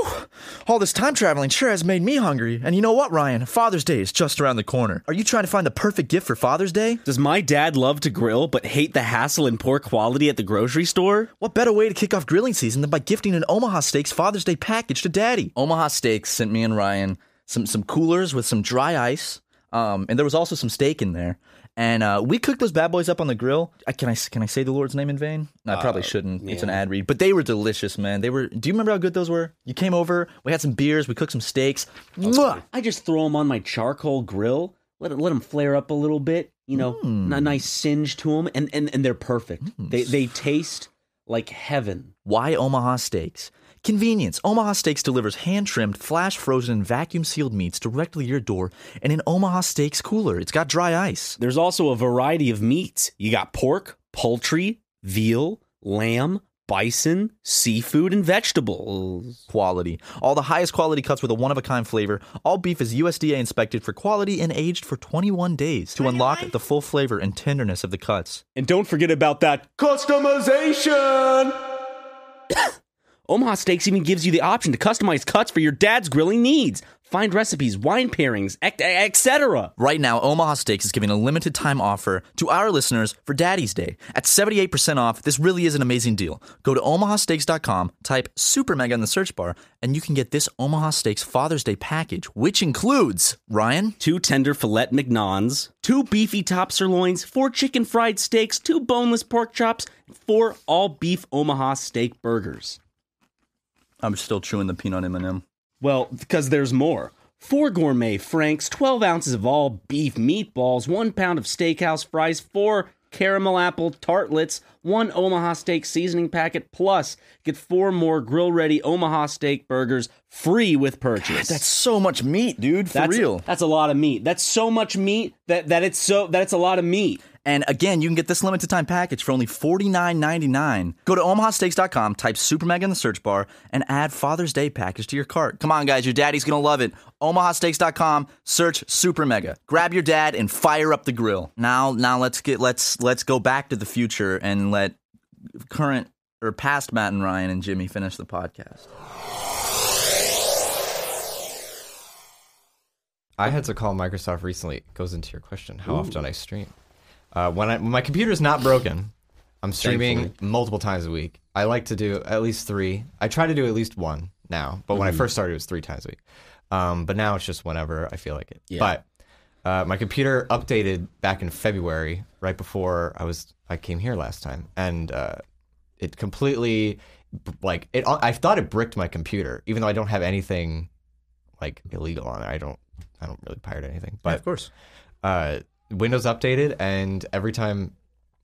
Speaker 1: All this time traveling sure has made me hungry. And you know what, Ryan? Father's Day is just around the corner. Are you trying to find the perfect gift for Father's Day?
Speaker 4: Does my dad love to grill but hate the hassle and poor quality at the grocery store?
Speaker 1: What better way to kick off grilling season than by gifting an Omaha Steaks Father's Day package to Daddy? Omaha Steaks sent me and Ryan some some coolers with some dry ice, um, and there was also some steak in there. And uh, we cooked those bad boys up on the grill. I, can I can I say the Lord's name in vain? No, I probably shouldn't. It's an ad read, but they were delicious, man. They were. Do you remember how good those were? You came over. We had some beers. We cooked some steaks. Mwah!
Speaker 4: I just throw them on my charcoal grill, let, it, let them flare up a little bit, you know, a nice singe to them, and, and, and they're perfect. They, they taste like heaven.
Speaker 1: Why Omaha Steaks? Convenience. Omaha Steaks delivers hand trimmed, flash frozen, and vacuum sealed meats directly to your door in an Omaha Steaks cooler. It's got dry ice.
Speaker 4: There's also a variety of meats. You got pork, poultry, veal, lamb, bison, seafood, and vegetables.
Speaker 1: Quality. All the highest quality cuts with a one of a kind flavor. All beef is USDA inspected for quality and aged for 21 days to unlock the full flavor and tenderness of the cuts.
Speaker 4: And don't forget about that customization! Omaha Steaks even gives you the option to customize cuts for your dad's grilling needs. Find recipes, wine pairings, e-, etc.
Speaker 1: Right now, Omaha Steaks is giving a limited time offer to our listeners for Daddy's Day. At 78% off, this really is an amazing deal. Go to omahasteaks.com, type Super Mega in the search bar, and you can get this Omaha Steaks Father's Day package, which includes, Ryan,
Speaker 4: Two tender filet mignons, two beefy top sirloins, four chicken fried steaks, two boneless pork chops, and four all beef Omaha steak burgers.
Speaker 1: I'm still chewing the peanut M&M.
Speaker 4: Well, because there's more. Four gourmet franks, 12 ounces of all beef meatballs, one pound of steakhouse fries, four caramel apple tartlets, one Omaha steak seasoning packet, plus get four more grill ready Omaha steak burgers free with purchase.
Speaker 1: That's so much meat, dude, for
Speaker 4: That's-
Speaker 1: real.
Speaker 4: That's a lot of meat. That's so much meat that, that it's so that it's a lot of meat.
Speaker 1: And again, you can get this limited time package for only $49.99. Go to omahasteaks.com, type Super Mega in the search bar, and add Father's Day package to your cart. Come on, guys, your daddy's going to love it. omahasteaks.com, search Super Mega. Grab your dad and fire up the grill. Now, now let's get let's let's go back to the future and let current or past Matt and Ryan and Jimmy finish the podcast.
Speaker 3: I had to call Microsoft recently. It goes into your question: How often I stream? Uh, when I when my computer's not broken, I'm streaming multiple times a week. I like to do at least three. I try to do at least one now, but when I first started, it was three times a week. Um, but now it's just whenever I feel like it. But uh, my computer updated back in February, right before I was I came here last time, and uh, it completely like it. I thought it bricked my computer, even though I don't have anything like illegal on it. I don't I don't really pirate anything. But
Speaker 1: course.
Speaker 3: uh Windows updated and every time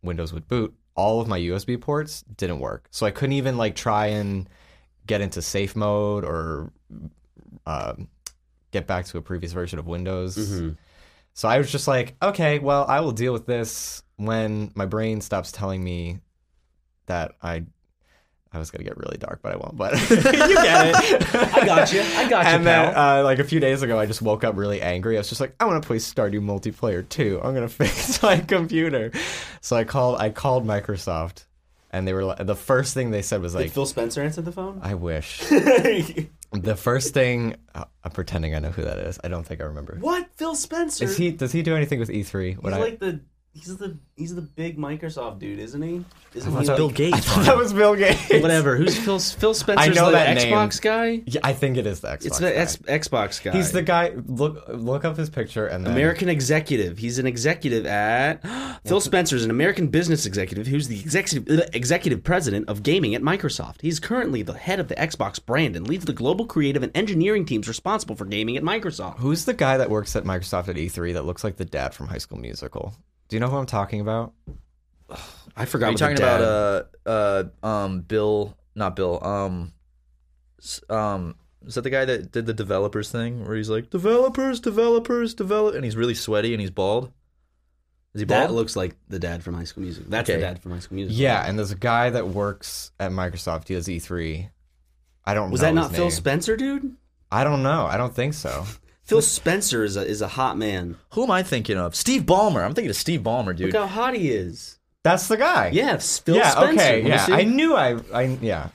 Speaker 3: Windows would boot, all of my USB ports didn't work. So I couldn't even like try and get into safe mode or um, get back to a previous version of Windows. So I was just like, okay, well, I will deal with this when my brain stops telling me that I I was gonna get really dark, but I won't. But you get it.
Speaker 4: I got you. I got
Speaker 3: And then, uh, like a few days ago, I just woke up really angry. I was just like, I want to play Stardew multiplayer too. I'm gonna fix my computer. So I called. I called Microsoft, and they were like, the first thing they said was like,
Speaker 2: Phil Spencer answered the phone.
Speaker 3: I wish. the first thing uh, I'm pretending I know who that is. I don't think I remember.
Speaker 2: what Phil Spencer?
Speaker 3: Is he? Does he do anything with E3? What
Speaker 2: he's
Speaker 3: I,
Speaker 2: like the he's the he's the big Microsoft dude, isn't he? Isn't he
Speaker 1: It's
Speaker 2: like-
Speaker 1: Bill Gates.
Speaker 3: that was Bill Gates.
Speaker 4: Whatever. Who's Phil? Phil Spencer's
Speaker 3: know
Speaker 4: the
Speaker 3: that name.
Speaker 4: Xbox guy.
Speaker 3: Yeah, I think it is the Xbox.
Speaker 4: It's
Speaker 3: guy.
Speaker 4: the X- Xbox guy.
Speaker 3: He's the guy. Look, look up his picture and then
Speaker 4: American executive. He's an executive at Phil Spencer is an American business executive who's the executive uh, executive president of gaming at Microsoft. He's currently the head of the Xbox brand and leads the global creative and engineering teams responsible for gaming at Microsoft.
Speaker 3: Who's the guy that works at Microsoft at E3 that looks like the dad from High School Musical? Do you know who I'm talking about?
Speaker 4: I
Speaker 1: Are
Speaker 4: forgot.
Speaker 1: you
Speaker 4: what
Speaker 1: talking
Speaker 4: the dad-
Speaker 1: about uh uh um Bill not Bill um s- um is that the guy that did the developers thing where he's like developers developers develop and he's really sweaty and he's bald? Is he bald?
Speaker 2: that looks like the dad from High School Music. That's
Speaker 1: Okay.
Speaker 2: the dad from High School Music.
Speaker 3: Yeah, and there's a guy that works at Microsoft. He does E3. I don't.
Speaker 2: Was
Speaker 3: know
Speaker 2: that
Speaker 3: his
Speaker 2: not Phil
Speaker 3: name.
Speaker 2: Spencer, dude?
Speaker 3: I don't know. I don't think so.
Speaker 2: Phil Spencer is a is a hot man.
Speaker 1: Who am I thinking of? Steve Ballmer. I'm thinking of Steve Ballmer, dude.
Speaker 2: Look how hot he is.
Speaker 3: That's the guy.
Speaker 2: Yeah, Phil
Speaker 3: yeah.
Speaker 2: Spencer.
Speaker 3: okay.
Speaker 2: Wanna
Speaker 3: Yeah.
Speaker 2: see?
Speaker 3: I knew. I. I. Yeah.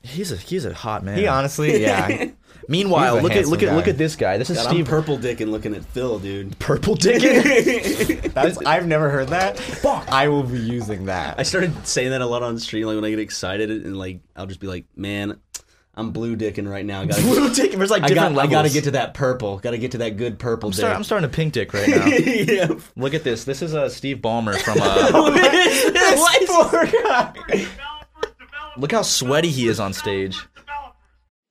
Speaker 1: He's a he's a hot man.
Speaker 3: He honestly. Yeah.
Speaker 1: Meanwhile,
Speaker 3: he's a
Speaker 1: look at look
Speaker 3: handsome
Speaker 1: at look
Speaker 3: guy.
Speaker 1: at this guy. This is
Speaker 2: God, I'm
Speaker 1: Steve
Speaker 2: purple dick and looking at Phil, dude.
Speaker 1: Purple Dick.
Speaker 3: That's. I've never heard that. Fuck. I will be using that.
Speaker 2: I started saying that a lot on stream, like when I get excited and like I'll just be like, man, I'm blue dicking right now. I gotta,
Speaker 1: Blue Dick. There's like
Speaker 2: I, got,
Speaker 1: different
Speaker 2: I
Speaker 1: levels.
Speaker 2: gotta get to that purple. Gotta get to that good purple
Speaker 1: I'm,
Speaker 2: dick.
Speaker 1: start, I'm starting to pink dick right now.
Speaker 2: yeah.
Speaker 1: Look at this. This is uh, Steve Ballmer from. Uh,
Speaker 2: What is-
Speaker 1: look how sweaty he is on stage.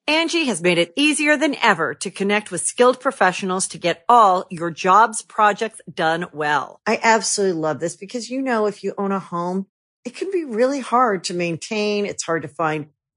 Speaker 5: Angie has made it easier than ever to connect with skilled professionals to get all your jobs projects done well.
Speaker 6: I absolutely love this because, you know, if you own a home, it can be really hard to maintain. It's hard to find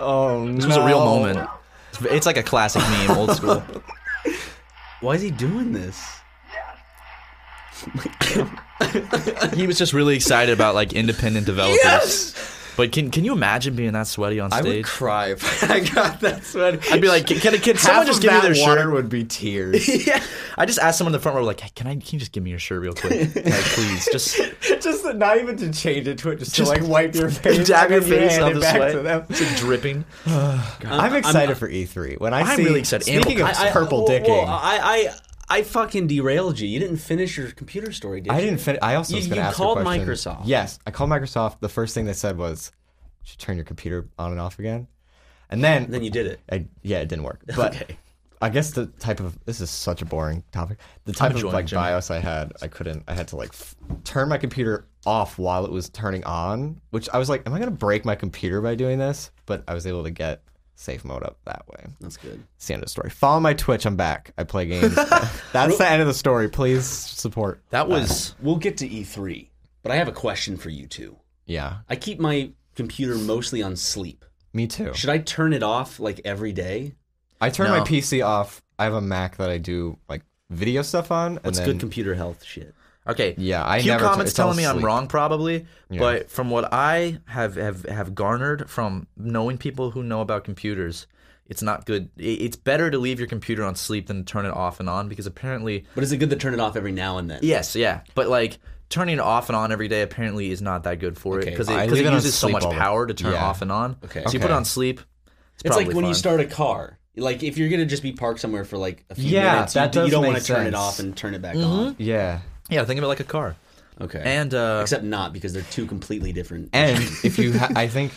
Speaker 3: oh
Speaker 1: This was a real moment. It's- It's like a classic meme, old school.
Speaker 2: Why is he doing this?
Speaker 1: He was just really excited about like independent developers. But can can you imagine being that sweaty on
Speaker 3: I
Speaker 1: stage?
Speaker 3: would cry if I got that sweaty.
Speaker 1: I'd be like, can, can, can someone
Speaker 3: Half
Speaker 1: just
Speaker 3: of
Speaker 1: give me
Speaker 3: that
Speaker 1: their
Speaker 3: water
Speaker 1: shirt?
Speaker 3: would be tears.
Speaker 1: yeah. I just asked someone in the front row, like, hey, can I? Can you just give me your shirt real quick? Like, please, just
Speaker 3: just to- not even to change it to it, just,
Speaker 1: Just
Speaker 3: to like wipe your face,
Speaker 1: dab
Speaker 3: and
Speaker 1: your
Speaker 3: then you
Speaker 1: face
Speaker 3: hand
Speaker 1: on
Speaker 3: it
Speaker 1: the
Speaker 3: back
Speaker 1: sweat.
Speaker 3: to them.
Speaker 1: It's like dripping.
Speaker 3: I'm excited for E3. When I
Speaker 1: uh, I'm
Speaker 3: see,
Speaker 1: really excited. And
Speaker 3: Speaking of
Speaker 1: I- uh,
Speaker 3: purple
Speaker 2: well,
Speaker 3: dicking,
Speaker 2: well, I, I I fucking derailed you. You didn't finish your computer story, did you?
Speaker 3: I didn't finish. I also
Speaker 2: You-
Speaker 3: was going
Speaker 2: you
Speaker 3: to ask
Speaker 2: called
Speaker 3: a question.
Speaker 2: Microsoft.
Speaker 3: Yes, I called Microsoft. The first thing they said was, "Did you turn your computer on and off again?" And then,
Speaker 2: Then you did it.
Speaker 3: I, yeah, it didn't work. But I guess the type of this is such a boring topic. The type of
Speaker 1: enjoying
Speaker 3: like
Speaker 1: it, Jimmy.
Speaker 3: BIOS I had, I couldn't. I had to like f- turn my computer off while it was turning on, which I was like, "Am I going to break my computer by doing this?" But I was able to get safe mode up that way.
Speaker 2: That's good.
Speaker 3: That's the end of the story. Follow my Twitch. I'm back. I play games. That's the end of the story. Please support.
Speaker 1: That was
Speaker 2: We'll get to E3, but I have a question for you two.
Speaker 3: Yeah,
Speaker 2: I keep my computer mostly on sleep.
Speaker 3: me too.
Speaker 2: Should I turn it off like every day?
Speaker 3: I turn
Speaker 1: No.
Speaker 3: my PC off. I have a Mac that I do like video stuff on.
Speaker 2: What's
Speaker 3: and then
Speaker 2: good computer health shit?
Speaker 1: Okay.
Speaker 3: Yeah, I
Speaker 1: Few
Speaker 3: never-
Speaker 1: comments
Speaker 3: it's all
Speaker 1: telling me I'm
Speaker 3: sleep.
Speaker 1: wrong probably,
Speaker 3: Yeah.
Speaker 1: but from what I have, have have garnered from knowing people who know about computers, it's not good. I- It's better to leave your computer on sleep than to turn it off and on because apparently
Speaker 2: But is it good to turn it off every now and then?
Speaker 1: yes, yeah, but like turning it off and on every day apparently is not that good for it
Speaker 2: Okay,
Speaker 1: because
Speaker 3: I
Speaker 1: it, 'cause
Speaker 3: leave
Speaker 1: it
Speaker 3: it on
Speaker 1: uses so
Speaker 3: sleep
Speaker 1: much
Speaker 3: all the-
Speaker 1: power to turn
Speaker 3: Yeah.
Speaker 1: off and on.
Speaker 2: Okay.
Speaker 1: So you put
Speaker 3: Okay.
Speaker 1: it on sleep. It's,
Speaker 2: It's like
Speaker 1: probably
Speaker 2: when you
Speaker 1: fine.
Speaker 2: start a car. Like if you're gonna just be parked somewhere for like a few
Speaker 3: Yeah,
Speaker 2: minutes,
Speaker 3: that
Speaker 2: you,
Speaker 3: does
Speaker 2: you don't
Speaker 3: make
Speaker 2: want to turn it
Speaker 3: sense.
Speaker 2: off and turn it back on.
Speaker 3: Yeah.
Speaker 1: Yeah, think of it like a car.
Speaker 2: Okay.
Speaker 1: And uh,
Speaker 2: except not because they're two completely different.
Speaker 3: And if you, ha- I think,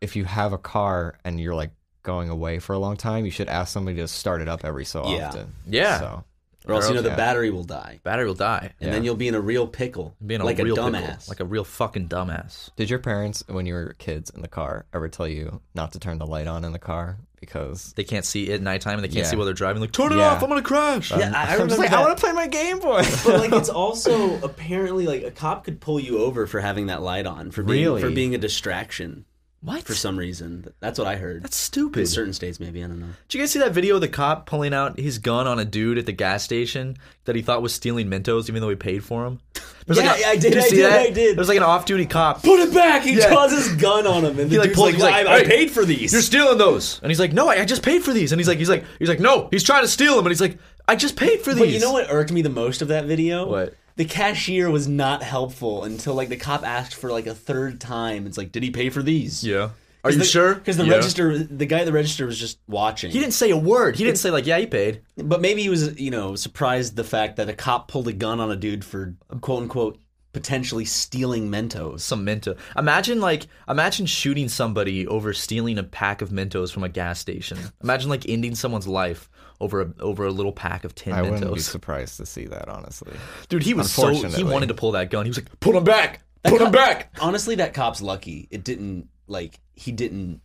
Speaker 3: if you have a car and you're like going away for a long time, you should ask somebody to start it up every so
Speaker 2: Yeah.
Speaker 3: often.
Speaker 1: Yeah.
Speaker 3: So
Speaker 2: or else you know the
Speaker 3: okay.
Speaker 2: battery will die,
Speaker 1: battery will die.
Speaker 2: and then you'll be in a real pickle,
Speaker 1: Being a
Speaker 2: like
Speaker 1: real
Speaker 2: a
Speaker 1: pickle,
Speaker 2: dumbass.
Speaker 1: like a real fucking dumbass.
Speaker 3: Did your parents, when you were kids in the car, ever tell you not to turn the light on in the car because?
Speaker 1: They can't see at nighttime and they can't
Speaker 3: Yeah.
Speaker 1: see while they're driving. Like, turn it
Speaker 3: Yeah.
Speaker 1: off! I'm gonna crash. Um,
Speaker 2: yeah, I, I remember
Speaker 3: It's like,
Speaker 2: that.
Speaker 3: I want to play my Game Boy.
Speaker 2: but like it's also apparently like a cop could pull you over for having that light on for being
Speaker 3: Really?
Speaker 2: for being a distraction
Speaker 1: What?
Speaker 2: for some reason. That's what I heard.
Speaker 1: That's
Speaker 2: in
Speaker 1: stupid.
Speaker 2: certain states, maybe I don't know.
Speaker 1: Did you guys see that video of the cop pulling out his gun on a dude at the gas station that he thought was stealing Mentos, even though he paid for them? There's
Speaker 2: Yeah,
Speaker 1: a-
Speaker 2: yeah, I did,
Speaker 1: you
Speaker 2: I
Speaker 1: see
Speaker 2: did,
Speaker 1: that?
Speaker 2: I did.
Speaker 1: There was like an off-duty cop.
Speaker 2: Put it back. He
Speaker 1: Yeah.
Speaker 2: draws his gun on him, and the
Speaker 1: He, like,
Speaker 2: dude's
Speaker 1: pulls-
Speaker 2: like,
Speaker 1: he's like,
Speaker 2: I, I
Speaker 1: "Hey,
Speaker 2: paid for these.
Speaker 1: You're stealing those, and he's like, "No, I, I just paid for these." And he's like, "He's like, he's like, no, he's trying to steal them." And he's like, "I just paid for these."
Speaker 2: But you know what irked me the most of that video?
Speaker 1: What?
Speaker 2: The cashier was not helpful until like the cop asked for like a third time. It's like, did he pay for these?
Speaker 1: Yeah. Are you sure?
Speaker 2: Because the
Speaker 1: Yeah.
Speaker 2: register, the guy at the register was just watching.
Speaker 1: He didn't say a word. He didn't say like, "Yeah, he paid."
Speaker 2: but maybe he was, you know, surprised the fact that a cop pulled a gun on a dude for quote unquote potentially stealing Mentos.
Speaker 1: some Mentos. Imagine like imagine shooting somebody over stealing a pack of Mentos from a gas station. Imagine like ending someone's life over a, over a little pack of ten
Speaker 3: I wouldn't be
Speaker 1: Mentos.
Speaker 3: surprised to see that, honestly.
Speaker 1: Dude, he was so he
Speaker 3: Unfortunately.
Speaker 1: wanted to pull that gun. He was like, "Put him back! Put him back!"
Speaker 2: Honestly, that cop's lucky. It didn't like he didn't.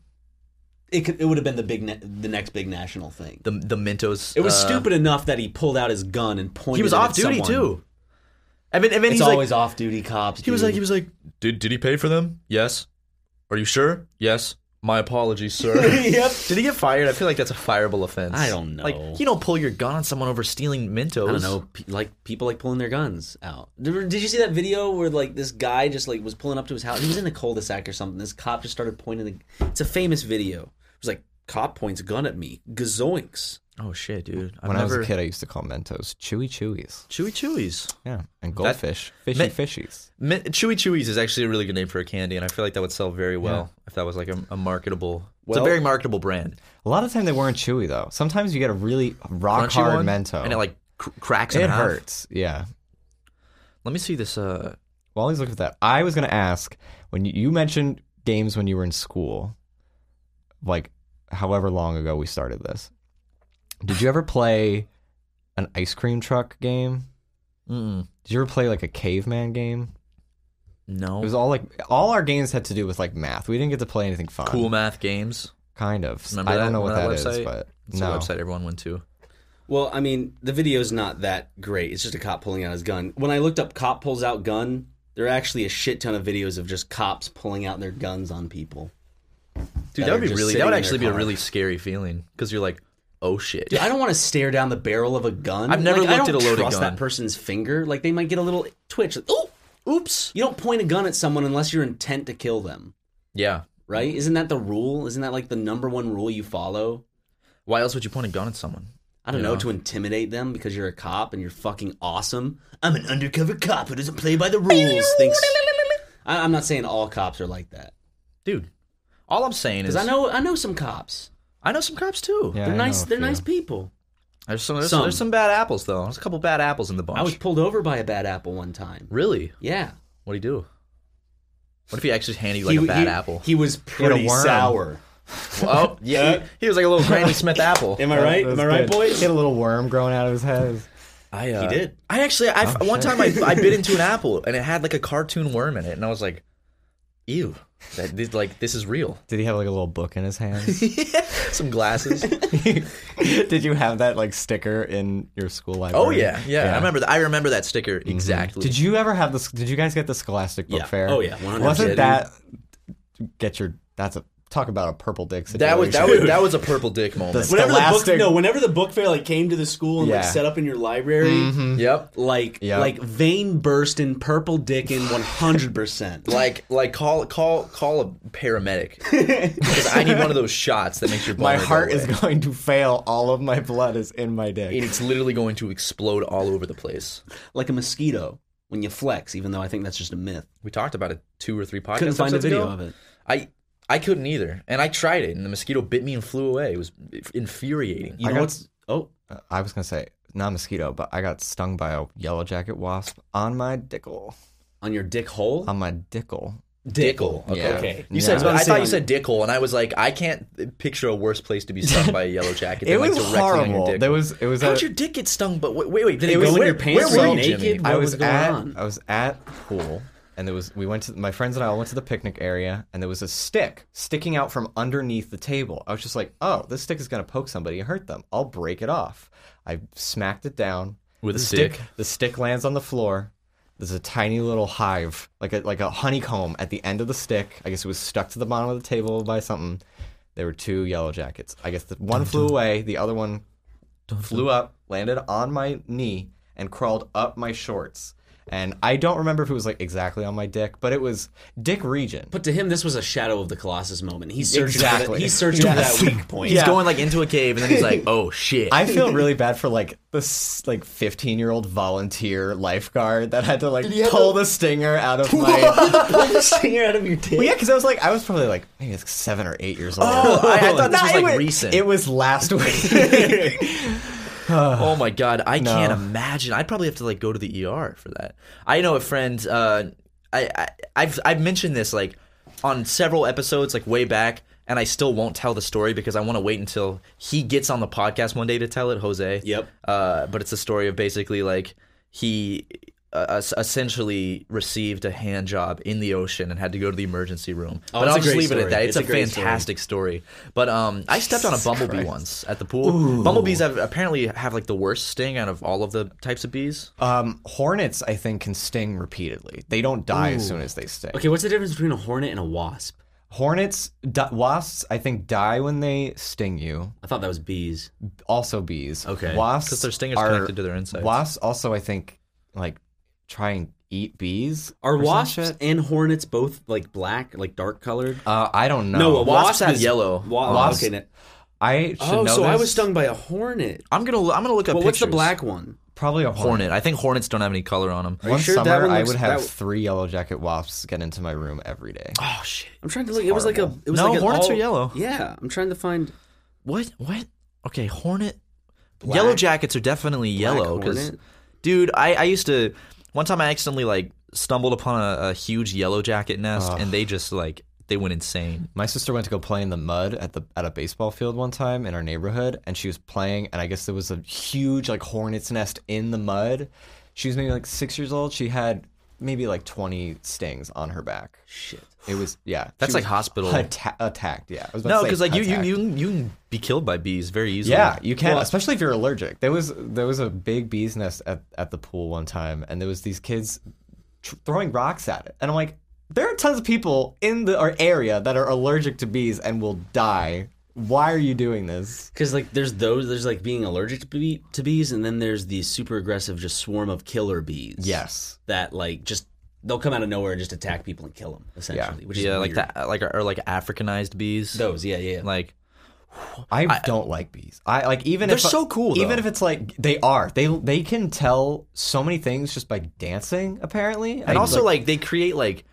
Speaker 2: It could, it would have been the big na- the next big national thing.
Speaker 1: The the Mentos.
Speaker 2: It was
Speaker 1: uh,
Speaker 2: stupid enough that he pulled out his gun and pointed.
Speaker 1: He was
Speaker 2: it at
Speaker 1: off duty
Speaker 2: someone.
Speaker 1: too. And then, and then
Speaker 2: It's
Speaker 1: he's like,
Speaker 2: always off-duty cops.
Speaker 1: he was like, he was like, "Did did he pay for them? Yes. Are you sure? Yes. My apologies, sir."
Speaker 2: yep.
Speaker 1: Did he get fired? I feel like that's a fireable offense.
Speaker 2: I don't know.
Speaker 1: Like, you don't pull your gun on someone over stealing Mentos.
Speaker 2: I don't know, pe- like people like pulling their guns out. Did did you see that video where like this guy just like was pulling up to his house? He was in a cul-de-sac or something. This cop just started pointing. The, it's a famous video. It was like cop points a gun at me. Gazoinks.
Speaker 1: Oh shit, dude! I've
Speaker 3: When I was
Speaker 1: never-
Speaker 3: a kid, I used to call Mentos Chewy Chewies.
Speaker 1: Chewy Chewies.
Speaker 3: Yeah, and goldfish, fishy
Speaker 1: Me-
Speaker 3: fishies.
Speaker 1: Me- Chewy Chewies is actually a really good name for a candy, and I feel like that would sell very well if that was like a, a marketable. it's
Speaker 3: Well-
Speaker 1: a very marketable brand.
Speaker 3: A lot of time they weren't chewy though. Sometimes you get a really rock
Speaker 1: Crunchy
Speaker 3: hard
Speaker 1: one,
Speaker 3: Mento,
Speaker 1: and it like cr- cracks. in
Speaker 3: it
Speaker 1: half.
Speaker 3: hurts. Yeah.
Speaker 1: Let me see this. Uh,
Speaker 3: While he's looking at that, I was gonna ask when you, you mentioned games when you were in school, like however long ago we started this. Did you ever play an ice cream truck game?
Speaker 1: mm,
Speaker 3: Did you ever play like a caveman game?
Speaker 1: no.
Speaker 3: It was all like all our games had to do with like math. We didn't get to play anything fun.
Speaker 1: cool math games.
Speaker 3: Kind of.
Speaker 1: Remember
Speaker 3: I don't
Speaker 1: that-
Speaker 3: know what
Speaker 1: remember
Speaker 3: that is,
Speaker 1: that website?
Speaker 3: but
Speaker 1: It's
Speaker 3: no.
Speaker 1: a website everyone went to.
Speaker 2: Well, I mean, the video's not that great. It's just a cop pulling out his gun. When I looked up cop pulls out gun, there are actually a shit ton of videos of just cops pulling out their guns on people.
Speaker 1: Dude,
Speaker 2: That
Speaker 1: that
Speaker 2: are
Speaker 1: would be
Speaker 2: just
Speaker 1: really.
Speaker 2: sitting
Speaker 1: That would
Speaker 2: in their
Speaker 1: actually be a
Speaker 2: car.
Speaker 1: really scary feeling because you're like, oh shit.
Speaker 2: Dude, I don't want to stare down the barrel of a gun.
Speaker 1: I've never
Speaker 2: Like, I
Speaker 1: looked
Speaker 2: don't
Speaker 1: at a loaded gun.
Speaker 2: trust that person's finger. Like they might get a little twitch. Like, oh,
Speaker 1: Oops.
Speaker 2: you don't point a gun at someone unless your intent to kill them,
Speaker 1: Yeah.
Speaker 3: Mm.
Speaker 2: right? Isn't that the rule? Isn't that like the number one rule you follow?
Speaker 1: Why else would you point a gun at someone?
Speaker 2: I don't know to intimidate them because you're a cop and you're fucking awesome. I'm an undercover cop who doesn't play by the rules. Thinks I, I'm not saying all cops are like that
Speaker 1: Dude, all I'm saying is
Speaker 2: because I know I know some cops.
Speaker 1: I know some cops too.
Speaker 3: Yeah,
Speaker 2: They're
Speaker 3: I
Speaker 2: nice.
Speaker 3: know a
Speaker 2: They're
Speaker 3: few.
Speaker 2: nice people.
Speaker 1: There's some, there's
Speaker 2: Some.
Speaker 1: some there's some bad apples though. There's a couple bad apples in the bunch.
Speaker 2: I was pulled over by a bad apple one time.
Speaker 1: really?
Speaker 2: Yeah.
Speaker 1: What do you do? What if he actually handed you like a
Speaker 2: He-
Speaker 1: bad
Speaker 2: he-
Speaker 1: apple?
Speaker 2: He was pretty
Speaker 3: worm.
Speaker 2: sour.
Speaker 1: oh yeah, he, he was like a little Granny Smith apple.
Speaker 2: Am I right? Am I right, boys?
Speaker 3: He had a little worm growing out of his head.
Speaker 1: I, uh,
Speaker 2: He did. Oh,
Speaker 1: I actually, I one time I, I bit into an apple and it had like a cartoon worm in it, and I was like, "Ew, that this, like this is real."
Speaker 3: Did he have like a little book in his hand?
Speaker 1: Some glasses.
Speaker 3: Did you have that like sticker in your school library?
Speaker 1: oh yeah, yeah, I remember that. I remember that sticker exactly.
Speaker 3: Mm-hmm. Did you ever have this? Did you guys get the Scholastic Book
Speaker 2: Yeah.
Speaker 3: Fair?
Speaker 2: Oh, yeah. 100%.
Speaker 3: Wasn't that get your? That's a talk about a purple dick situation.
Speaker 1: That was that was that was a purple dick moment.
Speaker 3: The
Speaker 2: Whenever the
Speaker 3: Scholastic-
Speaker 2: book, no, whenever the book fair like came to the school and like
Speaker 3: Yeah. Mm-hmm.
Speaker 2: set up in your library,
Speaker 1: Yep.
Speaker 2: like
Speaker 3: Yeah.
Speaker 2: like vein burst in purple dick in one hundred percent.
Speaker 1: Like like call call call a paramedic because I need one of those shots that makes your
Speaker 3: my
Speaker 1: boner go
Speaker 3: heart is
Speaker 1: away.
Speaker 3: going to fail. All of my blood is in my dick.
Speaker 1: and it's literally going to explode all over the place.
Speaker 2: like a mosquito when you flex, even though I think that's just a myth.
Speaker 1: We talked about it two or three podcasts.
Speaker 2: Couldn't find a
Speaker 1: episodes
Speaker 2: video
Speaker 1: ago.
Speaker 2: of it.
Speaker 1: I I couldn't either, and I tried it, and the mosquito bit me and flew away. It was infuriating.
Speaker 2: You
Speaker 3: I
Speaker 2: know
Speaker 3: got-
Speaker 2: what's oh
Speaker 3: Uh, I was gonna say not mosquito, but I got stung by a yellow jacket wasp on my dickle.
Speaker 2: on your dick hole?
Speaker 3: On my dickle.
Speaker 1: Dickle.
Speaker 2: Okay.
Speaker 3: Yeah.
Speaker 2: okay.
Speaker 3: You
Speaker 1: I
Speaker 3: said-
Speaker 1: was about- I thought you said dickhole, and I was like, I can't picture a worse place to be stung by a yellow jacket.
Speaker 3: It
Speaker 1: than
Speaker 3: was
Speaker 1: like directly On
Speaker 3: horrible.
Speaker 1: your dick.
Speaker 3: There was it was
Speaker 1: How'd
Speaker 3: a-
Speaker 1: your dick get stung? But wait, wait, wait did
Speaker 2: it
Speaker 1: it
Speaker 2: go
Speaker 1: go
Speaker 2: in
Speaker 1: where,
Speaker 2: your pants?
Speaker 1: Where
Speaker 2: Were
Speaker 1: were
Speaker 2: you
Speaker 1: you, Jimmy?
Speaker 2: naked?
Speaker 3: I
Speaker 2: What
Speaker 3: was,
Speaker 2: was going
Speaker 3: at
Speaker 2: on?
Speaker 3: I was at pool, and there was we went to my friends and I all went to the picnic area, and there was a stick sticking out from underneath the table. I was just like, "Oh, this stick is gonna poke somebody and hurt them. I'll break it off." I smacked it down
Speaker 1: With a
Speaker 3: The
Speaker 1: stick?
Speaker 3: The stick lands on the floor. There's a tiny little hive, like a like a honeycomb, at the end of the stick. I guess it was stuck to the bottom of the table by something. There were two yellow jackets. I guess the one flew away, the other one flew up, landed on my knee, and crawled up my shorts. And I don't remember if it was like exactly on my dick, but it was dick region.
Speaker 2: But to him, this was a shadow of the Colossus moment. He's searching for that,
Speaker 3: Exactly.
Speaker 2: he's searching for that weak point.
Speaker 1: He's
Speaker 3: Yeah.
Speaker 1: going like into a cave, and then he's like, oh shit.
Speaker 3: I feel really bad for like this like 15 year old volunteer lifeguard that had to like pull the stinger out of my
Speaker 2: Stinger out of your dick.
Speaker 3: Well, yeah, because I was like I was probably like maybe like seven or eight years old.
Speaker 1: Oh, I, I thought this
Speaker 3: No,
Speaker 1: was
Speaker 3: it
Speaker 1: like
Speaker 3: wa-
Speaker 1: recent.
Speaker 3: It was last week.
Speaker 1: Oh my god, I can't imagine. I'd probably have to like go to the ER for that. I know a friend. Uh, I, I I've I've mentioned this like on several episodes, like way back, and I still won't tell the story because I want to wait until he gets on the podcast one day to tell it, Jose.
Speaker 2: Yep.
Speaker 1: Uh, but it's a story of basically like he. Uh, es- essentially received a hand job in the ocean and had to go to the emergency room.
Speaker 2: Oh,
Speaker 1: but
Speaker 2: it's
Speaker 1: I'll
Speaker 2: a
Speaker 1: just
Speaker 2: great
Speaker 1: leave it
Speaker 2: story.
Speaker 1: at that. It's,
Speaker 2: It's a
Speaker 1: a,
Speaker 2: great story.
Speaker 1: fantastic story. But um, I stepped on a bumblebee once at the pool. Bumblebees have, apparently have like the worst sting out of all of the types of bees.
Speaker 3: um, hornets, I think, can sting repeatedly. They don't die as soon as they sting.
Speaker 2: Okay, what's the difference between a hornet and a wasp?
Speaker 3: Hornets, di- wasps, I think, die when they sting you.
Speaker 2: I thought that was bees.
Speaker 3: Also, bees.
Speaker 2: Okay.
Speaker 3: wasps
Speaker 1: 'Cause their sting is
Speaker 3: are-
Speaker 1: connected to their insides.
Speaker 3: Wasps also, I think, like try and eat bees.
Speaker 2: Are
Speaker 3: or some
Speaker 2: wasps
Speaker 3: shit.
Speaker 2: and hornets both like black, like dark colored?
Speaker 3: Uh, I don't know.
Speaker 2: a
Speaker 1: wasp
Speaker 2: wasp
Speaker 1: have
Speaker 2: is-
Speaker 1: yellow.
Speaker 2: Wa-
Speaker 3: Wasps-
Speaker 2: okay, n-
Speaker 3: I should
Speaker 2: Oh,
Speaker 3: know
Speaker 2: so I
Speaker 3: this.
Speaker 2: was stung by a hornet.
Speaker 1: I'm gonna I'm gonna look up.
Speaker 2: Well, what's the
Speaker 1: pictures.
Speaker 2: black one?
Speaker 3: Probably a hornet.
Speaker 1: hornet? I think hornets don't have any color on them.
Speaker 2: Are you
Speaker 3: One
Speaker 2: sure that
Speaker 3: summer,
Speaker 2: one
Speaker 3: I
Speaker 2: looks-
Speaker 3: would have
Speaker 2: that-
Speaker 3: three yellow jacket wasps get into my room every day.
Speaker 1: Oh shit!
Speaker 2: I'm trying to look. It was like a. It was
Speaker 1: No,
Speaker 2: like an
Speaker 1: hornets
Speaker 2: all-
Speaker 1: are yellow.
Speaker 2: Yeah, I'm trying to find.
Speaker 1: What what? Okay, hornet. Yellow jackets are definitely yellow because
Speaker 2: hornet?
Speaker 1: dude, I I used to one time I accidentally like stumbled upon a, a huge yellow jacket nest and they just like they went insane.
Speaker 3: My sister went to go play in the mud at the at a baseball field one time in our neighborhood, and she was playing, and I guess there was a huge like hornet's nest in the mud. She was maybe like six years old. She had maybe like twenty stings on her back. Shit, it was yeah.
Speaker 1: That's
Speaker 3: she
Speaker 1: like
Speaker 3: was
Speaker 1: hospital.
Speaker 3: atta- attacked. Yeah, I was
Speaker 1: No,
Speaker 3: about to say
Speaker 1: because like you, you
Speaker 3: attacked.
Speaker 1: you can- you can be killed by bees very easily.
Speaker 3: Yeah, you can, especially if you're allergic. There was there was a big bee's nest at, at the pool one time, and there was these kids tr- throwing rocks at it, and I'm like, there are tons of people in the our area that are allergic to bees and will die. Why are you doing this?
Speaker 2: Because like there's those there's like being allergic to, bee, to bees, and then there's the super aggressive just swarm of killer bees.
Speaker 3: Yes,
Speaker 2: that like just they'll come out of nowhere and just attack people and kill them essentially. Which is
Speaker 1: yeah, like
Speaker 2: weird.
Speaker 1: that, like or like Africanized bees.
Speaker 2: Those, yeah, yeah. yeah.
Speaker 1: Like
Speaker 3: I, don't like bees. I like even
Speaker 1: They're
Speaker 3: if
Speaker 1: so cool,
Speaker 3: Even
Speaker 1: though.
Speaker 3: if it's like they are, they they can tell so many things just by dancing. Apparently,
Speaker 1: and also like, they create like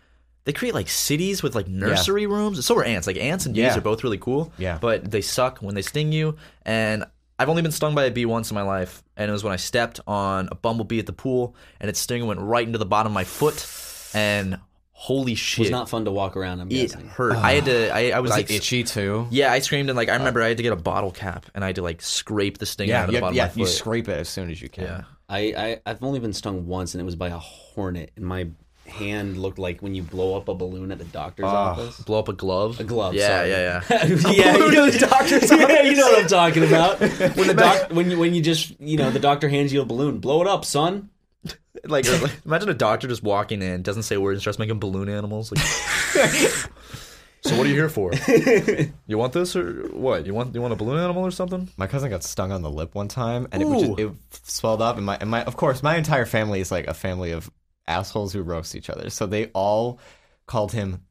Speaker 1: they create like cities with like nursery rooms. So are ants. Like ants and bees
Speaker 3: Yeah.
Speaker 1: are both really cool.
Speaker 3: Yeah.
Speaker 1: But they suck when they sting you. And I've only been stung by a bee once in my life, and it was when I stepped on a bumblebee at the pool, and its sting went right into the bottom of my foot, and holy shit,
Speaker 2: It's not fun to walk around. I'm
Speaker 1: it
Speaker 2: guessing.
Speaker 1: hurt. I had to. I, I was, Uh.
Speaker 3: was
Speaker 1: like
Speaker 3: it itchy too.
Speaker 1: Yeah, I screamed and like I remember I had to get a bottle cap and I had to like scrape the sting out of the
Speaker 3: you,
Speaker 1: bottom
Speaker 3: yeah,
Speaker 1: of my foot.
Speaker 3: you scrape it as soon as you can.
Speaker 1: Yeah.
Speaker 2: I, I I've only been stung once, and it was by a hornet, and my hand looked like when you blow up a balloon at the doctor's office.
Speaker 1: Blow up a glove. A
Speaker 2: glove,
Speaker 1: Yeah,
Speaker 2: sorry.
Speaker 1: yeah, yeah.
Speaker 2: yeah, you know, the doctor's yeah, you know what I'm talking about. When the doc, when you when you just you know the doctor hands you a balloon, blow it up, son.
Speaker 1: like, like, imagine a doctor just walking in, doesn't say a word, and starts making balloon animals. Like, So what are you here for? you want this or what? You want you want a balloon animal or something?
Speaker 3: My cousin got stung on the lip one time, and it would just, it swelled up. And my and my of course my entire family is like a family of assholes who roast each other, so they all called him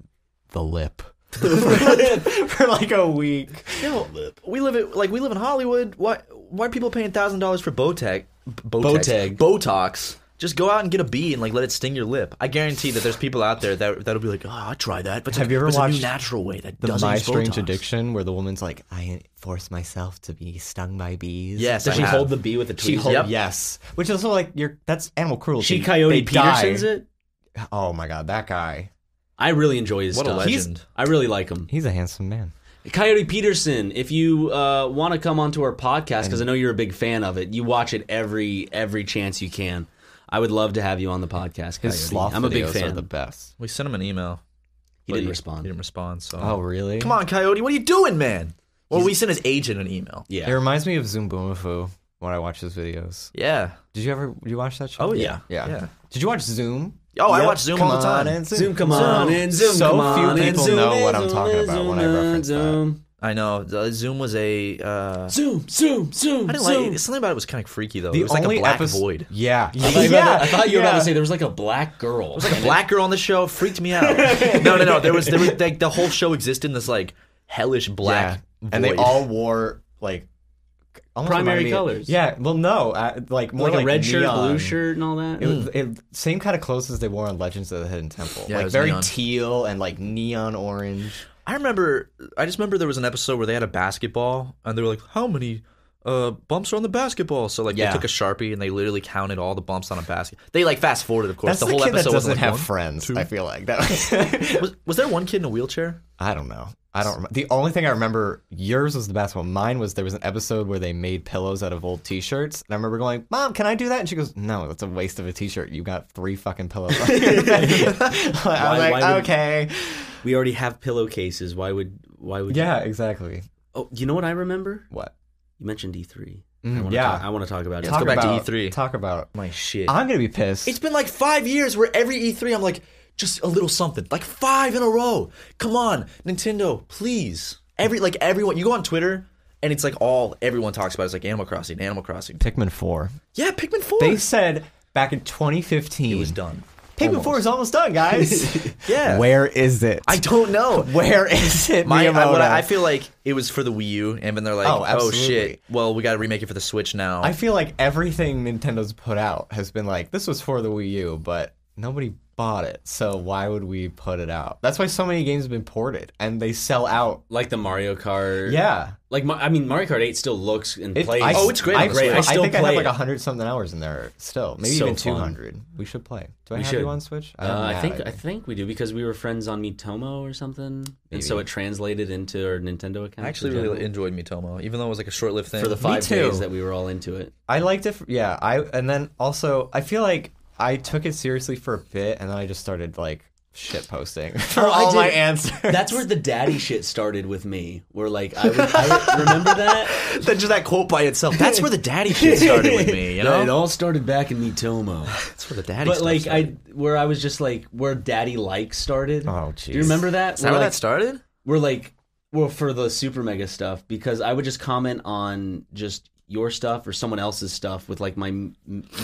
Speaker 3: the lip for, like a week.
Speaker 1: No, we live in like we live in Hollywood. Why why are people paying thousand dollars for Botec, Botex,
Speaker 2: Boteg.
Speaker 1: Botox? Just go out and get a bee and like let it sting your lip. I guarantee that there's people out there that that'll be like, oh, I try that. But it's
Speaker 3: Have
Speaker 1: like-
Speaker 3: you ever
Speaker 1: but it's a new
Speaker 3: watched
Speaker 1: natural way that
Speaker 3: The
Speaker 1: doesn't
Speaker 3: My
Speaker 1: use
Speaker 3: Strange
Speaker 1: Botox.
Speaker 3: Addiction, where the woman's like, I force myself to be stung by bees.
Speaker 1: Yes,
Speaker 2: Does
Speaker 1: I
Speaker 2: she
Speaker 1: have.
Speaker 2: hold the bee with the tweezers?
Speaker 3: She holds
Speaker 1: Yep.
Speaker 3: yes, which is also like you're that's animal cruelty.
Speaker 2: She Coyote
Speaker 3: They die.
Speaker 2: Peterson's it.
Speaker 3: Oh my god, that guy.
Speaker 2: I really enjoy his
Speaker 1: What a
Speaker 2: stuff.
Speaker 1: legend.
Speaker 2: He's- I really like him.
Speaker 3: He's a handsome man.
Speaker 2: Coyote Peterson, if you uh, want to come onto our podcast, because I know you're a big fan of it, you watch it every every chance you can. I would love to have you on the podcast.
Speaker 3: His
Speaker 2: Coyote.
Speaker 3: sloth
Speaker 2: I'm a big
Speaker 3: videos are
Speaker 2: fan.
Speaker 3: the best.
Speaker 1: We sent him an email.
Speaker 2: he
Speaker 1: but
Speaker 2: didn't respond.
Speaker 1: He didn't respond. So
Speaker 3: Oh really?
Speaker 1: come on, Coyote, what are you doing, man? Well, we sent his agent an email.
Speaker 2: yeah.
Speaker 3: It reminds me of Zoom when I watch his videos.
Speaker 1: Yeah.
Speaker 3: Did you ever did you watch that show?
Speaker 1: Oh yeah.
Speaker 3: Yeah.
Speaker 1: Yeah.
Speaker 3: Did you watch Zoom?
Speaker 1: Oh, I watch Zoom all the time.
Speaker 2: Zoom, come on in. Zoom,
Speaker 3: So
Speaker 2: come on
Speaker 3: few
Speaker 2: in.
Speaker 3: people
Speaker 2: Zoom
Speaker 3: know
Speaker 2: in,
Speaker 3: what I'm
Speaker 2: zoom
Speaker 3: talking
Speaker 2: in,
Speaker 3: about when I
Speaker 2: zoom in,
Speaker 3: reference that.
Speaker 2: zoom.
Speaker 1: I know. The- Zoom was a. Uh,
Speaker 2: Zoom, zoom, zoom,
Speaker 1: I didn't
Speaker 2: zoom.
Speaker 1: like something about it was kind of freaky though. it was like a black
Speaker 3: epis-
Speaker 1: void.
Speaker 3: Yeah.
Speaker 2: yeah, I thought you were about to say there was like a black girl.
Speaker 1: It was like a black girl on the show freaked me out. no, no, no. There was there was like the whole show existed in this like hellish black.
Speaker 3: Yeah. And they
Speaker 1: void.
Speaker 3: all wore like almost reminded
Speaker 4: Primary
Speaker 3: me-
Speaker 4: colours.
Speaker 3: Yeah. Well, no. Uh, like more
Speaker 2: like,
Speaker 3: like,
Speaker 2: a red shirt,
Speaker 3: neon.
Speaker 2: blue shirt, and all that.
Speaker 3: It was it, same kind of clothes as they wore on Legends of the Hidden Temple.
Speaker 1: Yeah, it
Speaker 3: like
Speaker 1: was
Speaker 3: very
Speaker 1: neon.
Speaker 3: teal and like neon orange.
Speaker 1: I remember. I just remember there was an episode where they had a basketball and they were like, "How many uh, bumps are on the basketball?" So like
Speaker 3: Yeah.
Speaker 1: they took a sharpie and they literally counted all the bumps on a basket. They like fast forwarded, of course.
Speaker 3: That's the,
Speaker 1: the whole
Speaker 3: kid that
Speaker 1: episode
Speaker 3: doesn't
Speaker 1: wasn't like
Speaker 3: have
Speaker 1: one-
Speaker 3: friends.
Speaker 1: two.
Speaker 3: I feel like that.
Speaker 1: Was, was there one kid in a wheelchair?
Speaker 3: I don't know. I don't. Rem- the only thing I remember yours was the basketball. Mine was there was an episode where they made pillows out of old T-shirts, and I remember going, "Mom, can I do that?" And she goes, "No, that's a waste of a T-shirt. You got three fucking pillows." on your bed."
Speaker 2: Why-
Speaker 3: I was like,
Speaker 2: why would-
Speaker 3: "Okay,
Speaker 2: We already have pillowcases. Why would? Why would?
Speaker 3: yeah, exactly."
Speaker 2: Oh, you know what I remember?
Speaker 3: What?
Speaker 2: You mentioned E3.
Speaker 3: Mm,
Speaker 2: I wanna
Speaker 3: yeah.
Speaker 2: Talk, I want to E talk about it.
Speaker 1: Talk go back to
Speaker 3: about,
Speaker 1: E3.
Speaker 3: Talk about.
Speaker 1: My shit.
Speaker 3: I'm gonna be pissed.
Speaker 1: It's been like five years where every E3 I'm like, just a little something. Like five in a row. Come on, Nintendo, please. Every like everyone you go on Twitter and it's like all everyone talks about is like Animal Crossing, Animal Crossing.
Speaker 3: Pikmin Four.
Speaker 1: Yeah, Pikmin 4.
Speaker 3: They said back in 2015
Speaker 1: it was done.
Speaker 3: Pikmin Four is almost done, guys.
Speaker 1: Yeah.
Speaker 3: Where is it?
Speaker 1: I don't know.
Speaker 3: Where is it?
Speaker 1: My, I, what
Speaker 3: Miyamoto?
Speaker 1: I, I feel like it was for the Wii U, and then they're like,
Speaker 3: Oh,
Speaker 1: "Oh,
Speaker 3: absolutely.
Speaker 1: shit! Well, we got to remake it for the Switch now."
Speaker 3: I feel like everything Nintendo's put out has been like, this was for the Wii U, but nobody bought it, so why would we put it out? That's why so many games have been ported and they sell out.
Speaker 2: Like the Mario Kart.
Speaker 3: Yeah.
Speaker 2: Like Ma- I mean, Mario Kart 8 still looks and
Speaker 3: It-
Speaker 2: plays.
Speaker 3: I-
Speaker 1: Oh, it's great on
Speaker 3: I,
Speaker 1: the Switch.
Speaker 3: I,
Speaker 2: I still
Speaker 3: think I have
Speaker 2: play
Speaker 3: like
Speaker 2: it.
Speaker 3: 100 something hours in there still. Maybe
Speaker 2: So
Speaker 3: even
Speaker 2: fun.
Speaker 3: 200. We should play. Do I
Speaker 2: We
Speaker 3: have
Speaker 2: should.
Speaker 3: you on Switch?
Speaker 2: Uh,
Speaker 3: don't
Speaker 2: I
Speaker 3: have
Speaker 2: think
Speaker 3: it.
Speaker 2: I think we do because we were friends on Mitomo or something, and so it translated into our Nintendo account.
Speaker 1: I actually
Speaker 2: in general.
Speaker 1: really enjoyed Mitomo, even though it was like a short-lived thing.
Speaker 2: for the five
Speaker 3: too.
Speaker 2: days that we were all into it.
Speaker 3: I liked it. For, yeah, I and then also I feel like I took it seriously for a bit, and then I just started like shit posting for
Speaker 2: Oh, I
Speaker 3: all my
Speaker 2: did.
Speaker 3: answers.
Speaker 2: That's where the daddy shit started with me. Where like I, would, I would- remember that
Speaker 1: Then just that quote by itself. That's where the daddy shit started with me. You know,
Speaker 2: it all started back in Mitomo.
Speaker 1: that's where the daddy.
Speaker 2: But
Speaker 1: stuff
Speaker 2: like
Speaker 1: started.
Speaker 2: I, where I was just like where daddy like started.
Speaker 3: Oh,
Speaker 2: do you
Speaker 3: jeez.
Speaker 2: remember that?
Speaker 1: Is that
Speaker 2: Where,
Speaker 1: where
Speaker 2: like,
Speaker 1: that started?
Speaker 2: we're like well for the super mega stuff because i would just comment on just your stuff or someone else's stuff with like my m-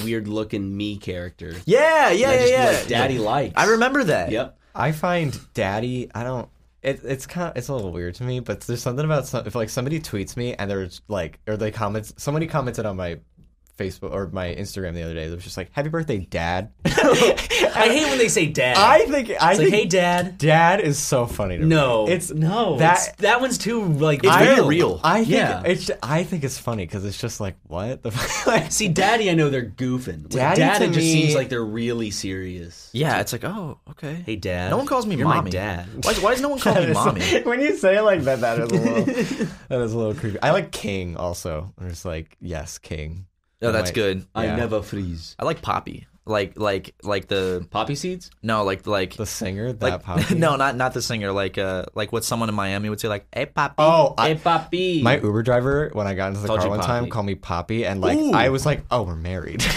Speaker 2: weird looking me character
Speaker 1: Yeah, yeah,
Speaker 2: I just
Speaker 1: yeah,
Speaker 2: be
Speaker 1: yeah.
Speaker 2: like, daddy likes
Speaker 1: I remember that.
Speaker 2: yep
Speaker 3: I find daddy, I don't. It, it's kind of it's a little weird to me, but there's something about some, if like somebody tweets me and there's like or they comments somebody commented on my Facebook or my Instagram the other day that was just like happy birthday dad.
Speaker 2: i hate when they say dad
Speaker 3: I think I
Speaker 2: it's like
Speaker 3: think
Speaker 2: hey dad
Speaker 3: dad is so funny to me.
Speaker 2: no
Speaker 3: it's
Speaker 2: no
Speaker 3: that-
Speaker 2: that that one's too like
Speaker 1: It's very
Speaker 2: real.
Speaker 1: real.
Speaker 3: I think
Speaker 2: Yeah.
Speaker 3: it's I think it's funny because it's just like what the fuck? Like,
Speaker 2: see daddy i know they're goofing With
Speaker 3: Daddy
Speaker 2: dad
Speaker 3: to
Speaker 2: it just
Speaker 3: me-
Speaker 2: seems like they're really serious
Speaker 1: Yeah, it's like, oh, okay.
Speaker 2: hey dad
Speaker 1: No one calls me
Speaker 2: you're
Speaker 1: mommy.
Speaker 2: my dad
Speaker 1: Why, why does no one call me mommy?
Speaker 3: when you say it like that, that is a little that is a little creepy. I like King also. I'm just like yes, King.
Speaker 1: No, that's
Speaker 3: Like,
Speaker 1: good.
Speaker 2: i
Speaker 3: Yeah.
Speaker 2: never freeze
Speaker 1: I like Poppy. like like like the
Speaker 2: Poppy seeds?
Speaker 1: no like like
Speaker 3: The singer that
Speaker 1: like
Speaker 3: poppy?
Speaker 1: no not not the singer like uh like what someone in Miami would say like hey poppy
Speaker 3: Oh, I,
Speaker 2: Hey, Poppy.
Speaker 3: my Uber driver when I got into the
Speaker 2: Called
Speaker 3: car
Speaker 2: you
Speaker 3: one
Speaker 2: Poppy.
Speaker 3: time called me Poppy, and like
Speaker 1: Ooh.
Speaker 3: I was like, "Oh, we're married.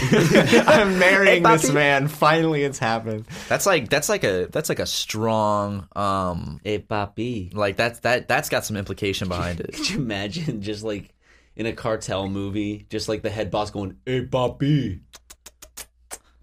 Speaker 3: I'm marrying this
Speaker 1: Poppy.
Speaker 3: man. Finally, it's happened."
Speaker 1: that's like that's like a that's like a strong um
Speaker 2: hey, Poppy.
Speaker 1: like that's that that's got some implication behind it
Speaker 2: Could you imagine just like in a cartel movie, just like the head boss going, "Hey, Poppy."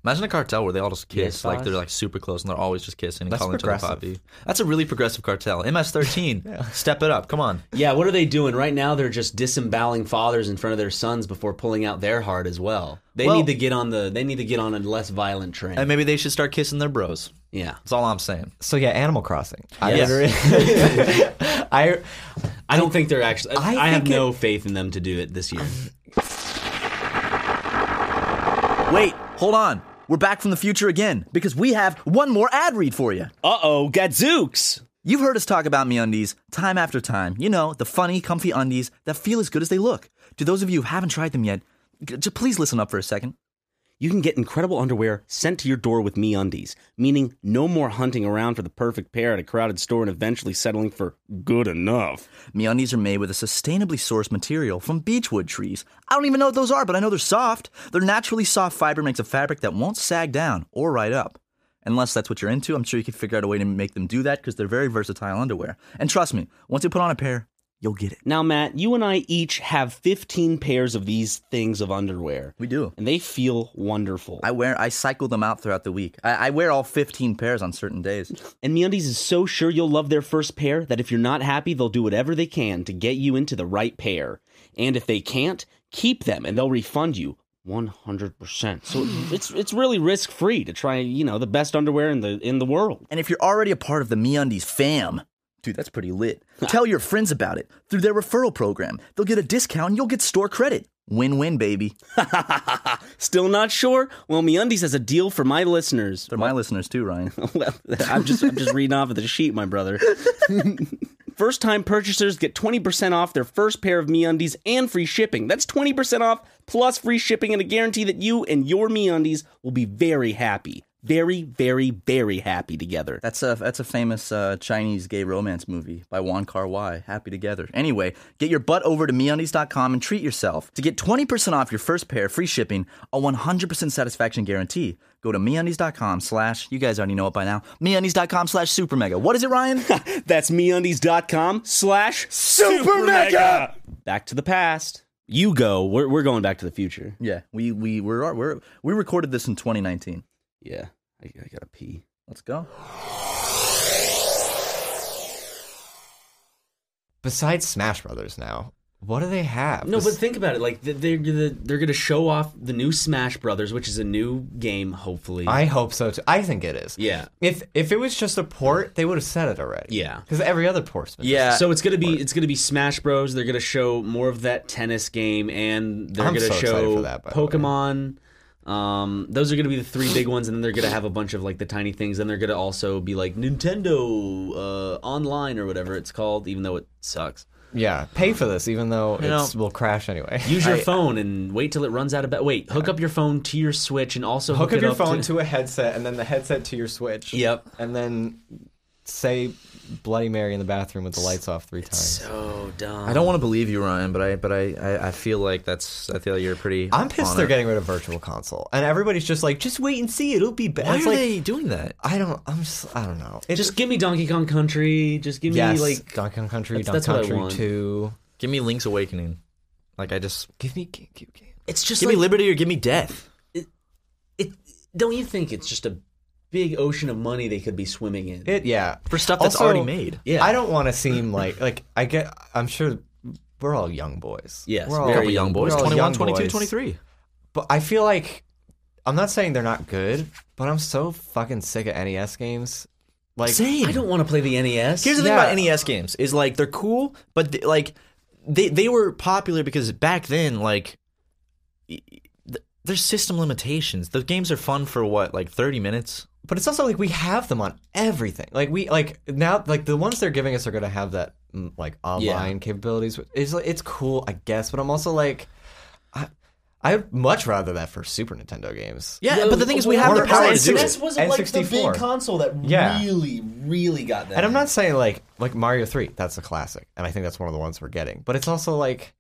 Speaker 1: Imagine a cartel where they all just kiss,
Speaker 2: Yes,
Speaker 1: like
Speaker 2: boss.
Speaker 1: they're like super close and they're always just kissing and
Speaker 3: That's
Speaker 1: calling each other
Speaker 3: progressive.
Speaker 1: poppy. That's a really progressive cartel. MS13, step it up. Come on.
Speaker 2: Yeah, what are they doing right now? They're just disemboweling fathers in front of their sons before pulling out their heart as well. They
Speaker 1: Well-
Speaker 2: need to get on the. They need to get on a less violent train.
Speaker 1: And maybe they should start kissing their bros.
Speaker 2: yeah,
Speaker 1: That's all I'm saying.
Speaker 3: So yeah, Animal Crossing.
Speaker 1: Yes.
Speaker 3: I, literally-
Speaker 2: I don't think Um, they're actually. I,
Speaker 3: I
Speaker 2: have
Speaker 3: think it-
Speaker 2: no faith in them to do it this year.
Speaker 1: Wait, hold on. We're back from the future again because we have one more ad read for you.
Speaker 4: Uh oh, gadzooks!
Speaker 1: You've heard us talk about MeUndies time after time. You know, the funny, comfy undies that feel as good as they look. To those of you who haven't tried them yet, g- just please listen up for a second.
Speaker 4: You can get incredible underwear sent to your door with MeUndies, meaning no more hunting around for the perfect pair at a crowded store and eventually settling for good enough.
Speaker 1: MeUndies are made with a sustainably sourced material from beechwood trees. I don't even know what those are, but I know they're soft. Their naturally soft fiber makes a fabric that won't sag down or ride up. Unless that's what you're into, I'm sure you can figure out a way to make them do that because they're very versatile underwear. And trust me, once you put on a pair, you'll get it.
Speaker 4: Now, Matt, you and I each have 15 pairs of these things of underwear,
Speaker 1: We do.
Speaker 4: and they feel wonderful.
Speaker 1: I wear, I cycle them out throughout the week. I, I wear all 15 pairs on certain days.
Speaker 4: And MeUndies is so sure you'll love their first pair that if you're not happy, they'll do whatever they can to get you into the right pair. And if they can't, keep them and they'll refund you 100%. So it's it's really risk-free to try, you know, the best underwear in the in the world.
Speaker 1: And if you're already a part of the MeUndies fam, dude, that's pretty lit. Tell your friends about it through their referral program. They'll get a discount and you'll get store credit. Win-win, baby.
Speaker 4: Still not sure? Well, MeUndies has a deal for my listeners.
Speaker 1: They're my listeners too, Ryan.
Speaker 4: well, I'm just I'm just reading off of the sheet, my brother. first time purchasers get 20% off their first pair of MeUndies and free shipping. That's 20% off plus free shipping and a guarantee that you and your MeUndies will be very happy. Very, very, very happy together.
Speaker 1: That's a that's a famous uh, Chinese gay romance movie by Wong Kar Wai. Happy together. Anyway, get your butt over to MeUndies.com and treat yourself to get 20% off your first pair, free shipping, a 100% satisfaction guarantee. Go to MeUndies.com slash. You guys already know it by now. MeUndies.com slash Super Mega. What is it, Ryan?
Speaker 4: That's MeUndies.com slash
Speaker 1: Super Mega!
Speaker 4: Back to the past. You go. We're, we're going back to the future.
Speaker 1: yeah, we we we're, we're we recorded this in 2019.
Speaker 4: Yeah. I, I gotta pee.
Speaker 1: Let's go.
Speaker 3: besides Smash Brothers, now what do they have?
Speaker 2: No, but
Speaker 3: Bes-
Speaker 2: think about it. Like th- they're gonna, they're going to show off the new Smash Brothers, which is a new game, hopefully.
Speaker 3: I hope so too. I think it is.
Speaker 2: yeah,
Speaker 3: If if it was just a port, they would have said it already.
Speaker 2: Yeah.
Speaker 3: Because every other port's been.
Speaker 1: Yeah.
Speaker 2: so it's gonna be it's gonna be Smash Bros. They're gonna show more of that tennis game, and they're
Speaker 3: I'm
Speaker 2: gonna
Speaker 3: so excited
Speaker 2: show
Speaker 3: for that, by the way.
Speaker 2: Pokemon. Um, those are gonna be the three big ones, and then they're gonna have a bunch of like the tiny things. Then they're gonna also be like Nintendo uh, Online or whatever it's called, even though it sucks.
Speaker 3: Yeah. Pay for this, even though it will crash anyway.
Speaker 2: Use your phone and wait till it runs out of battery. Wait, hook up your phone to your Switch and also hook,
Speaker 3: hook up
Speaker 2: it
Speaker 3: your phone
Speaker 2: to.
Speaker 3: to a headset, and then the headset to your Switch.
Speaker 2: Yep.
Speaker 3: And then say Bloody Mary in the bathroom with the lights off three times.
Speaker 2: so dumb.
Speaker 1: I don't want to believe you, Ryan, but I but I, I, I feel like that's I feel like you're pretty.
Speaker 3: I'm pissed
Speaker 1: on
Speaker 3: they're
Speaker 1: it.
Speaker 3: getting rid of Virtual Console, and everybody's just like, just wait and see, it'll be bad.
Speaker 1: Why
Speaker 3: It's
Speaker 1: are
Speaker 3: like,
Speaker 1: they doing that?
Speaker 3: I don't. I'm just. I don't know. It's
Speaker 2: Just give me Donkey Kong Country. Just give
Speaker 3: yes,
Speaker 2: me like
Speaker 3: Donkey Kong Country,
Speaker 2: That's- that's
Speaker 3: Donkey
Speaker 2: what I
Speaker 3: Country
Speaker 2: want.
Speaker 3: Two.
Speaker 1: Give me Link's Awakening. Like I just
Speaker 3: Give me GameCube game.
Speaker 2: it's just
Speaker 1: give
Speaker 2: like
Speaker 1: me liberty or give me death.
Speaker 2: it. Don't you think it's just a big ocean of money they could be swimming in?
Speaker 3: It yeah.
Speaker 1: For stuff that's
Speaker 3: Also,
Speaker 1: already made.
Speaker 2: Yeah.
Speaker 3: I don't want to seem like like I get. I'm sure we're all young boys.
Speaker 2: Yes,
Speaker 3: we're
Speaker 2: we
Speaker 3: all
Speaker 2: are
Speaker 1: Couple young boys,
Speaker 3: we're all
Speaker 1: 21,
Speaker 3: young
Speaker 1: 22,
Speaker 3: boys.
Speaker 1: 23.
Speaker 3: But I feel like I'm not saying they're not good, but I'm so fucking sick of NES games. Like
Speaker 2: I don't want to play the E NES.
Speaker 1: Here's the
Speaker 3: Yeah.
Speaker 1: thing about NES games is like they're cool, but they, like they they were popular because back then like y- th- there's system limitations. The games are fun for what like 30 minutes.
Speaker 3: but it's also like we have them on everything. Like we like now like the ones they're giving us are gonna have that mm, like online capabilities. It's like, it's cool, I guess, but I'm also like, I, I'd much rather that for Super Nintendo games.
Speaker 7: Yeah, but the thing is, we have
Speaker 3: Or-
Speaker 7: the power to
Speaker 3: or-
Speaker 7: do
Speaker 3: That's-
Speaker 7: it.
Speaker 2: E wasn't like the
Speaker 3: N64.
Speaker 2: big console that
Speaker 3: Yeah.
Speaker 2: really, really got that.
Speaker 3: And I'm not saying like like Mario 3, that's a classic. And I think that's one of the ones we're getting. But it's also like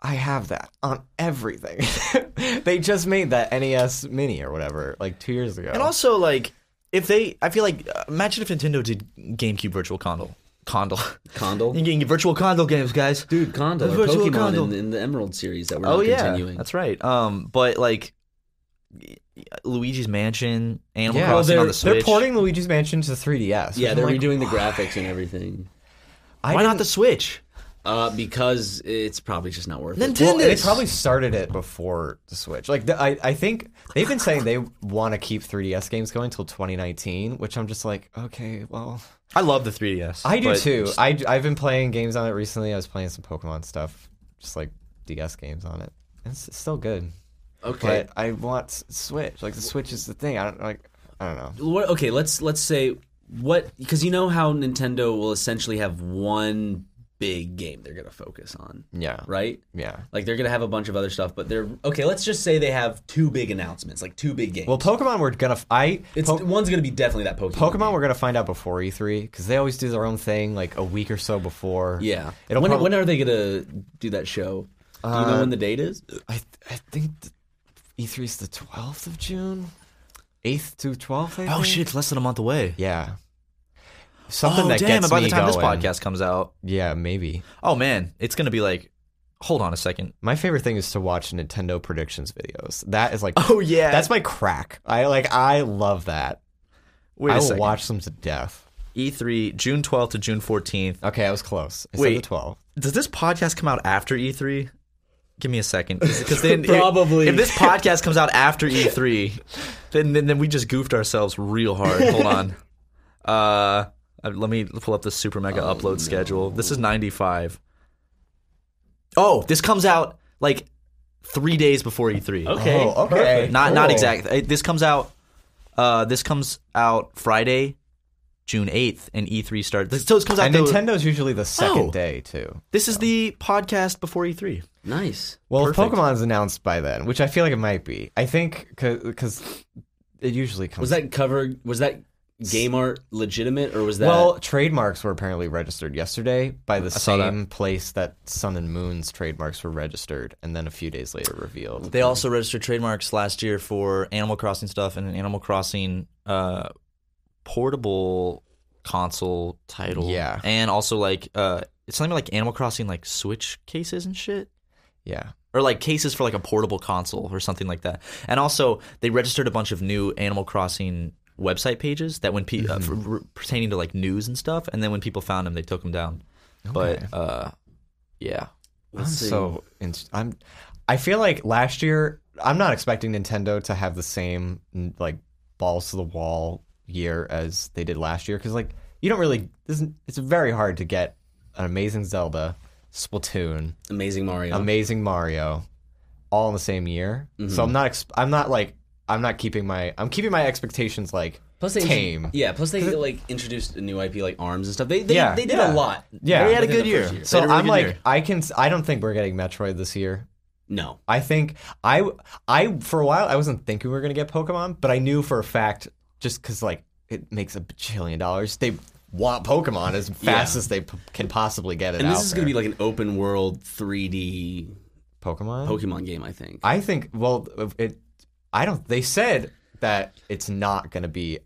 Speaker 3: I have that on everything. they just made that NES mini or whatever like 2 years ago.
Speaker 7: And also, like, if they, I feel like, uh, imagine if Nintendo did GameCube Virtual Console, Condle.
Speaker 2: Condle?
Speaker 7: you can get Virtual Condle games, guys.
Speaker 2: Dude, Condor,
Speaker 7: Virtual
Speaker 2: Pokemon
Speaker 7: Condor.
Speaker 2: In, in the Emerald series that we're
Speaker 7: oh
Speaker 2: not
Speaker 7: yeah,
Speaker 2: continuing.
Speaker 7: that's right. Um, but like, Luigi's Mansion, Animal
Speaker 3: yeah,
Speaker 7: Crossing
Speaker 3: they're,
Speaker 7: on the Switch.
Speaker 3: they're porting Luigi's Mansion to 3DS.
Speaker 2: yeah,
Speaker 3: which
Speaker 2: they're
Speaker 3: I'm like,
Speaker 2: redoing the graphics and everything.
Speaker 3: I
Speaker 7: Why not
Speaker 3: didn't-
Speaker 7: the Switch?
Speaker 2: Uh, because it's probably just not worth it.
Speaker 7: Nintendo.
Speaker 3: Well, they
Speaker 7: Nintendis.
Speaker 3: probably started it before the Switch. Like, the, I, I think they've been saying they want to keep 3DS games going until 2019, which I'm just like, okay, well,
Speaker 7: I love the 3DS.
Speaker 3: I do
Speaker 7: but
Speaker 3: too. I, I've been playing games on it recently. I was playing some Pokemon stuff, just like DS games on it. And It's still good,
Speaker 2: Okay.
Speaker 3: but I want s- Switch. Like, the Switch is the thing. I don't like. I don't know.
Speaker 2: what okay let's let's say what because you know how nintendo will essentially have one big game they're gonna focus on
Speaker 3: Yeah.
Speaker 2: right
Speaker 3: Yeah.
Speaker 2: like they're gonna have a bunch of other stuff but they're okay let's just say they have two big announcements like two big games
Speaker 3: Well, Pokemon, we're gonna. F- I
Speaker 2: it's
Speaker 3: Po-
Speaker 2: one's gonna be definitely that pokemon
Speaker 3: Pokemon,
Speaker 2: game.
Speaker 3: we're gonna find out before E3 because they always do their own thing, like a week or so before.
Speaker 2: yeah
Speaker 3: It'll
Speaker 2: when,
Speaker 3: prob- Uh,
Speaker 2: when are they gonna do that show do you know when the date is
Speaker 3: I th- I think th- E3 is the 12th of June, 8th to 12th. I
Speaker 7: Oh
Speaker 3: think?
Speaker 7: shit, it's less than a month away.
Speaker 3: Yeah. Something
Speaker 7: oh
Speaker 3: that
Speaker 7: damn!
Speaker 3: gets
Speaker 7: and by
Speaker 3: me
Speaker 7: the time
Speaker 3: going.
Speaker 7: this podcast comes out,
Speaker 3: Yeah, maybe.
Speaker 7: oh man, it's gonna be like, hold on a second.
Speaker 3: My favorite thing is to watch Nintendo predictions videos. That is like,
Speaker 7: Oh yeah,
Speaker 3: that's my crack. I like, I love that.
Speaker 7: wait a
Speaker 3: I will
Speaker 7: second.
Speaker 3: watch them to death.
Speaker 7: E3 June 12th to June 14th.
Speaker 3: Okay, I was close. I
Speaker 7: Wait.
Speaker 3: said the 12th.
Speaker 7: Does this podcast come out after E3? Give me a second, because then
Speaker 2: Probably.
Speaker 7: if, if this podcast comes out after E3, then, then then we just goofed ourselves real hard. Hold on, uh, uh, let me pull up the super mega upload schedule. This is ninety five. Oh, this comes out like three days before E3.
Speaker 2: okay
Speaker 3: Oh, okay.
Speaker 7: not not
Speaker 3: cool.
Speaker 7: exactly. This comes out. Uh, this comes out Friday, June eighth, and E3 starts. So this comes out.
Speaker 3: And
Speaker 7: the-
Speaker 3: Nintendo's usually the second
Speaker 7: Oh.
Speaker 3: day, too.
Speaker 7: this is the podcast before E E3.
Speaker 2: nice
Speaker 3: Well,
Speaker 7: Perfect.
Speaker 3: if Pokemon's announced by then, which I feel like it might be, I think because it usually comes
Speaker 2: was that cover was that game art legitimate or was that
Speaker 3: Well, trademarks were apparently registered yesterday by the
Speaker 7: saw that.
Speaker 3: same place that Sun and Moon's trademarks were registered, and then a few days later revealed.
Speaker 7: They also registered trademarks last year for Animal Crossing stuff and an Animal Crossing uh, portable console title.
Speaker 3: Yeah.
Speaker 7: and also like uh, it's something like Animal Crossing like Switch cases and shit.
Speaker 3: yeah,
Speaker 7: Or like cases for like a portable console or something like that, and also they registered a bunch of new Animal Crossing website pages that when pe- uh, for- r- pertaining to like news and stuff, and then when people found them, they took them down. But uh, yeah,
Speaker 3: I'm so in- I'm. I feel like last year I'm not expecting Nintendo to have the same n- like balls to the wall year as they did last year because like you don't really. This is, it's very hard to get an amazing Zelda, Splatoon,
Speaker 2: amazing mario
Speaker 3: Amazing Mario, all in the same year.
Speaker 7: Mm-hmm.
Speaker 3: So I'm not. Ex- I'm not like. I'm not keeping my. I'm keeping my expectations like
Speaker 2: Plus they
Speaker 3: tame.
Speaker 2: yeah. Plus they like introduced a new IP like Arms and stuff. They they,
Speaker 3: Yeah,
Speaker 2: they did a
Speaker 3: yeah.
Speaker 2: lot.
Speaker 3: Yeah. They had a
Speaker 2: within
Speaker 7: good
Speaker 2: the first
Speaker 7: year.
Speaker 3: So
Speaker 7: They had a really
Speaker 3: I'm
Speaker 7: good
Speaker 3: like.
Speaker 7: year.
Speaker 3: I can. s- I don't think we're getting Metroid this year.
Speaker 2: No,
Speaker 3: I think I. I for a while I wasn't thinking we were gonna get Pokemon, but I knew for a fact just because like it makes a bajillion dollars. They want Pokemon as fast as they p- can possibly get it
Speaker 2: and
Speaker 3: out.
Speaker 2: this is gonna be like an open world 3D
Speaker 3: like Pokemon.
Speaker 2: Pokemon game. I think.
Speaker 3: I think. Well, it. I don't. They said that it's not going to be,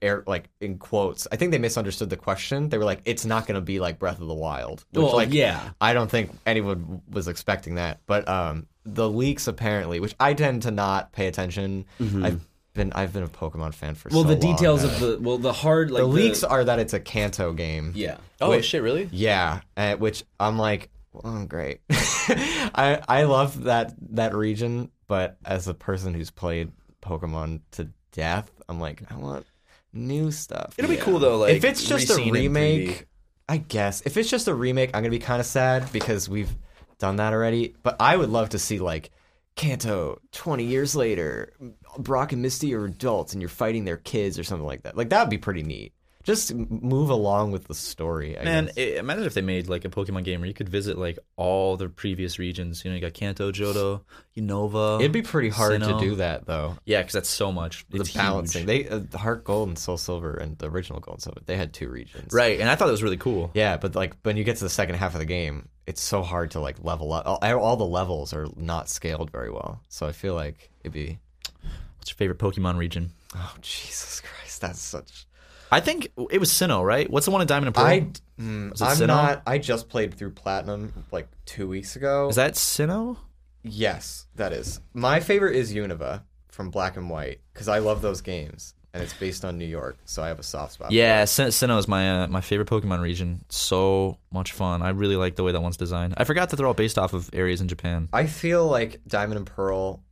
Speaker 3: air like in quotes. I think they misunderstood the question. They were like, "It's not going to be like Breath of the Wild." Which,
Speaker 2: Well,
Speaker 3: like,
Speaker 2: yeah.
Speaker 3: I don't think anyone was expecting that. But um, the leaks apparently, which I tend to not pay attention. I've been I've been a Pokemon fan for
Speaker 2: Mm-hmm. well,
Speaker 3: so
Speaker 2: the
Speaker 3: long
Speaker 2: details
Speaker 3: that-
Speaker 2: of the well, the hard like
Speaker 3: the leaks are that it's a Kanto game.
Speaker 2: yeah.
Speaker 7: Oh shit, really?
Speaker 3: Yeah, uh, which I'm like, oh, great. I I love that that region, but as a person who's played Pokemon to death, I'm like, I want new stuff.
Speaker 7: It'll be cool though. Like
Speaker 3: if it's just
Speaker 7: re-seen
Speaker 3: a
Speaker 7: in 3D.
Speaker 3: remake, I guess. If it's just a remake, I'm gonna be kind of sad because we've done that already. But I would love to see like Kanto 20 years later, Brock and Misty are adults and you're fighting their kids or something like that. Like that would be pretty neat. Just m- move along with the story. I
Speaker 7: Man,
Speaker 3: guess.
Speaker 7: it, imagine if they made like a Pokemon game where you could visit like all the previous regions. You know, you got Kanto, Johto, Unova.
Speaker 3: it'd be pretty hard
Speaker 7: Sinnoh.
Speaker 3: to do that though.
Speaker 7: Yeah, because that's so much.
Speaker 3: The
Speaker 7: It's
Speaker 3: balancing. They
Speaker 7: huge.
Speaker 3: uh, the Heart Gold and Soul Silver and the original Gold and Silver. They had two regions.
Speaker 7: Right, and I thought it was really cool.
Speaker 3: Yeah, but like when you get to the second half of the game, it's so hard to like level up. All, e-, all the levels are not scaled very well. So I feel like it'd be
Speaker 7: What's your favorite Pokemon region?
Speaker 3: oh Jesus Christ, that's such.
Speaker 7: I think it was Sinnoh, right? What's the one in Diamond and Pearl?
Speaker 3: I mm,
Speaker 7: Is it
Speaker 3: I'm
Speaker 7: Sinnoh?
Speaker 3: not. I just played through Platinum like two weeks ago.
Speaker 7: Is that Sinnoh?
Speaker 3: yes? That is my favorite is Unova from Black and White because I love those games and it's based on New York, so I have a soft spot. for
Speaker 7: Yeah, Sin- Sinnoh is my uh, my favorite Pokemon region. So much fun. I really like the way that one's designed. I forgot that they're all based off of areas in Japan.
Speaker 3: I feel like Diamond and Pearl,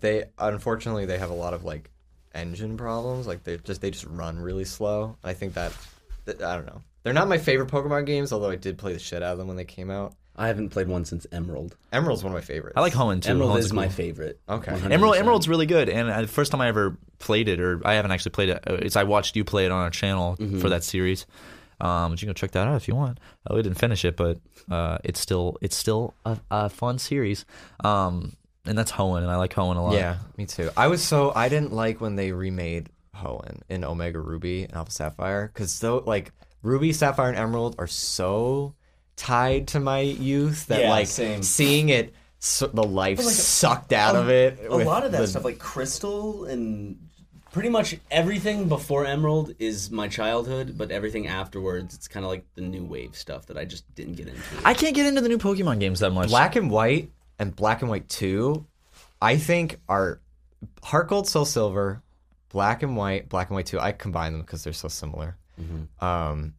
Speaker 3: they unfortunately they have a lot of like engine problems. Like they just they just run really slow. I think that, that I don't know. They're not my favorite Pokemon games, although I did play the shit out of them when they came out.
Speaker 2: I haven't played one since Emerald.
Speaker 3: Emerald's one of my favorites.
Speaker 7: I like Hoenn too.
Speaker 2: Emerald
Speaker 7: Hoenn's
Speaker 2: is
Speaker 7: cool.
Speaker 2: my favorite.
Speaker 3: Okay.
Speaker 2: 100%.
Speaker 7: Emerald Emerald's really good, and uh, the first time I ever played it, or I haven't actually played it, uh, it's I watched you play it on our channel
Speaker 3: Mm-hmm.
Speaker 7: for that series. Um, but you can go check that out if you want. Uh, we didn't finish it, but uh, it's still it's still a, a fun series. Um, and that's Hoenn, and I like Hoenn a lot.
Speaker 3: Yeah, me too. I was so I didn't like when they remade Hoenn in Omega Ruby and Alpha Sapphire because though like Ruby, Sapphire, and Emerald are so tied to my youth that
Speaker 2: Yeah,
Speaker 3: like
Speaker 2: same.
Speaker 3: seeing it, so, the life sucked out of it.
Speaker 2: A lot of that stuff, like Crystal and pretty much everything before Emerald is my childhood, but everything afterwards, it's kind of like the new wave stuff that I just didn't get into.
Speaker 7: I can't get into the new Pokemon games that much.
Speaker 3: Black and White and Black and White Two, I think are Heart Gold, Soul Silver, Black and White, Black and White Two. I combine them because they're so similar. Um,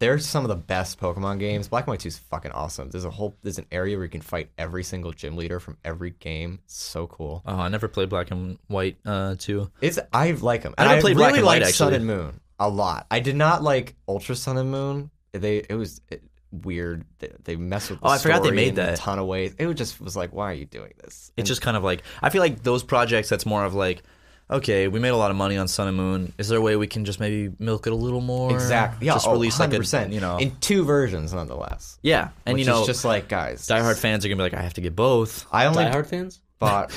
Speaker 3: they're some of the best Pokemon games. Black and White Two is fucking awesome. There's a whole there's an area where you can fight every single gym leader from every game. It's so cool.
Speaker 7: Oh, I never played Black and White uh, too.
Speaker 3: It's I like them.
Speaker 7: I never played
Speaker 3: really
Speaker 7: Black and White,
Speaker 3: liked Sun
Speaker 7: actually.
Speaker 3: and Moon a lot. I did not like Ultra Sun and Moon. They it was it, weird. They, they messed with. The
Speaker 7: Oh, I forgot they
Speaker 3: story
Speaker 7: made
Speaker 3: in a
Speaker 7: that.
Speaker 3: ton of ways. It was just was like, why are you doing this?
Speaker 7: It's just kind of like I feel like those projects. That's more of like, okay, we made a lot of money on Sun and Moon. Is there a way we can just maybe milk it a little more?
Speaker 3: Exactly. Yeah, oh,
Speaker 7: just release like a
Speaker 3: percent.
Speaker 7: oh, you know.
Speaker 3: in two versions, nonetheless.
Speaker 7: yeah, and
Speaker 3: which
Speaker 7: you know,
Speaker 3: is just like guys,
Speaker 7: diehard fans are gonna be like, I have to get both.
Speaker 3: I only
Speaker 2: Die Hard fans?
Speaker 3: bought.